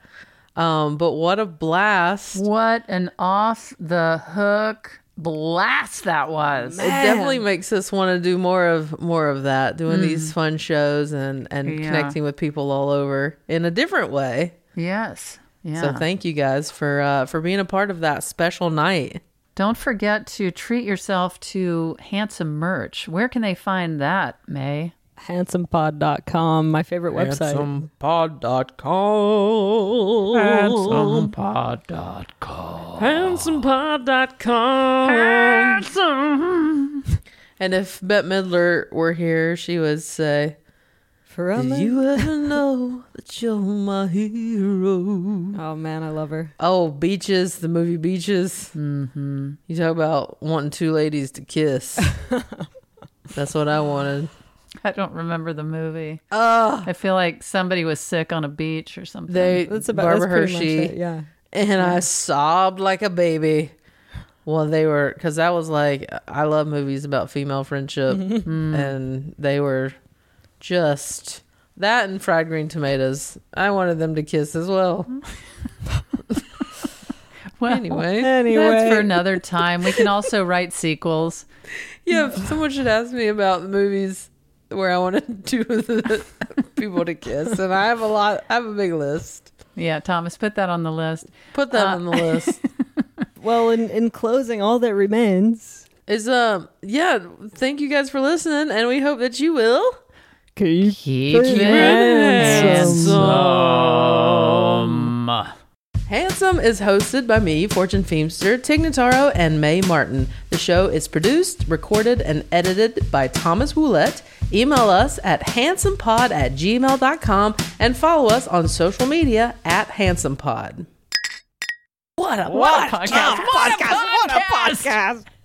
S3: um, but what a blast!
S5: What an off the hook blast that was.
S3: It definitely makes us want to do more of more of that, doing these fun shows and and
S5: Mm. Yeah.
S3: connecting with people all over in a different way.
S5: Yes. Yeah.
S3: So thank you guys for uh, for being a part of that special night.
S5: Don't forget to treat yourself to handsome merch. Where can they find that, May?
S4: handsomepod.com, my favorite website.
S3: Handsomepod.com.
S5: Handsomepod.com.
S3: HandsomePod.com. And if Bette Midler were here, she would say,
S4: From
S3: "Did
S4: it-
S3: you ever know that you're my hero?"
S4: Oh man, I love her.
S3: Oh, Beaches, the movie Beaches. Mm-hmm. You talk about wanting two ladies to kiss. That's what I wanted.
S5: I don't remember the movie. I feel like somebody was sick on a beach or something.
S3: They
S4: That's about
S3: Barbara
S4: that's pretty much
S3: Hershey.
S4: it, Yeah.
S3: and I sobbed like a baby. Well, they were because that was like I love movies about female friendship, and they were just that and fried green tomatoes. I wanted them to kiss as well.
S5: Well,
S3: Anyway,
S4: Anyway,
S5: That's for another time. We can also write sequels.
S3: yeah, if someone should ask me about the movies where I wanted two of the people to kiss, and I have a lot. I have a big list.
S5: Yeah, Thomas, put that on the list.
S3: Put that
S5: Uh,
S3: on the list.
S4: well, in, in closing, all that remains.
S3: Is um yeah. Thank you guys for listening, and we hope that you will.
S4: Keep
S5: Keep
S4: it
S5: it
S3: handsome. Handsome is hosted by me, Fortune Feemster, Tig Notaro, and May Martin. The show is produced, recorded, and edited by Thomas Woolett. Email us at handsomepod at gmail.com and follow us on social media at handsomepod. What a, what a podcast.
S5: What a podcast!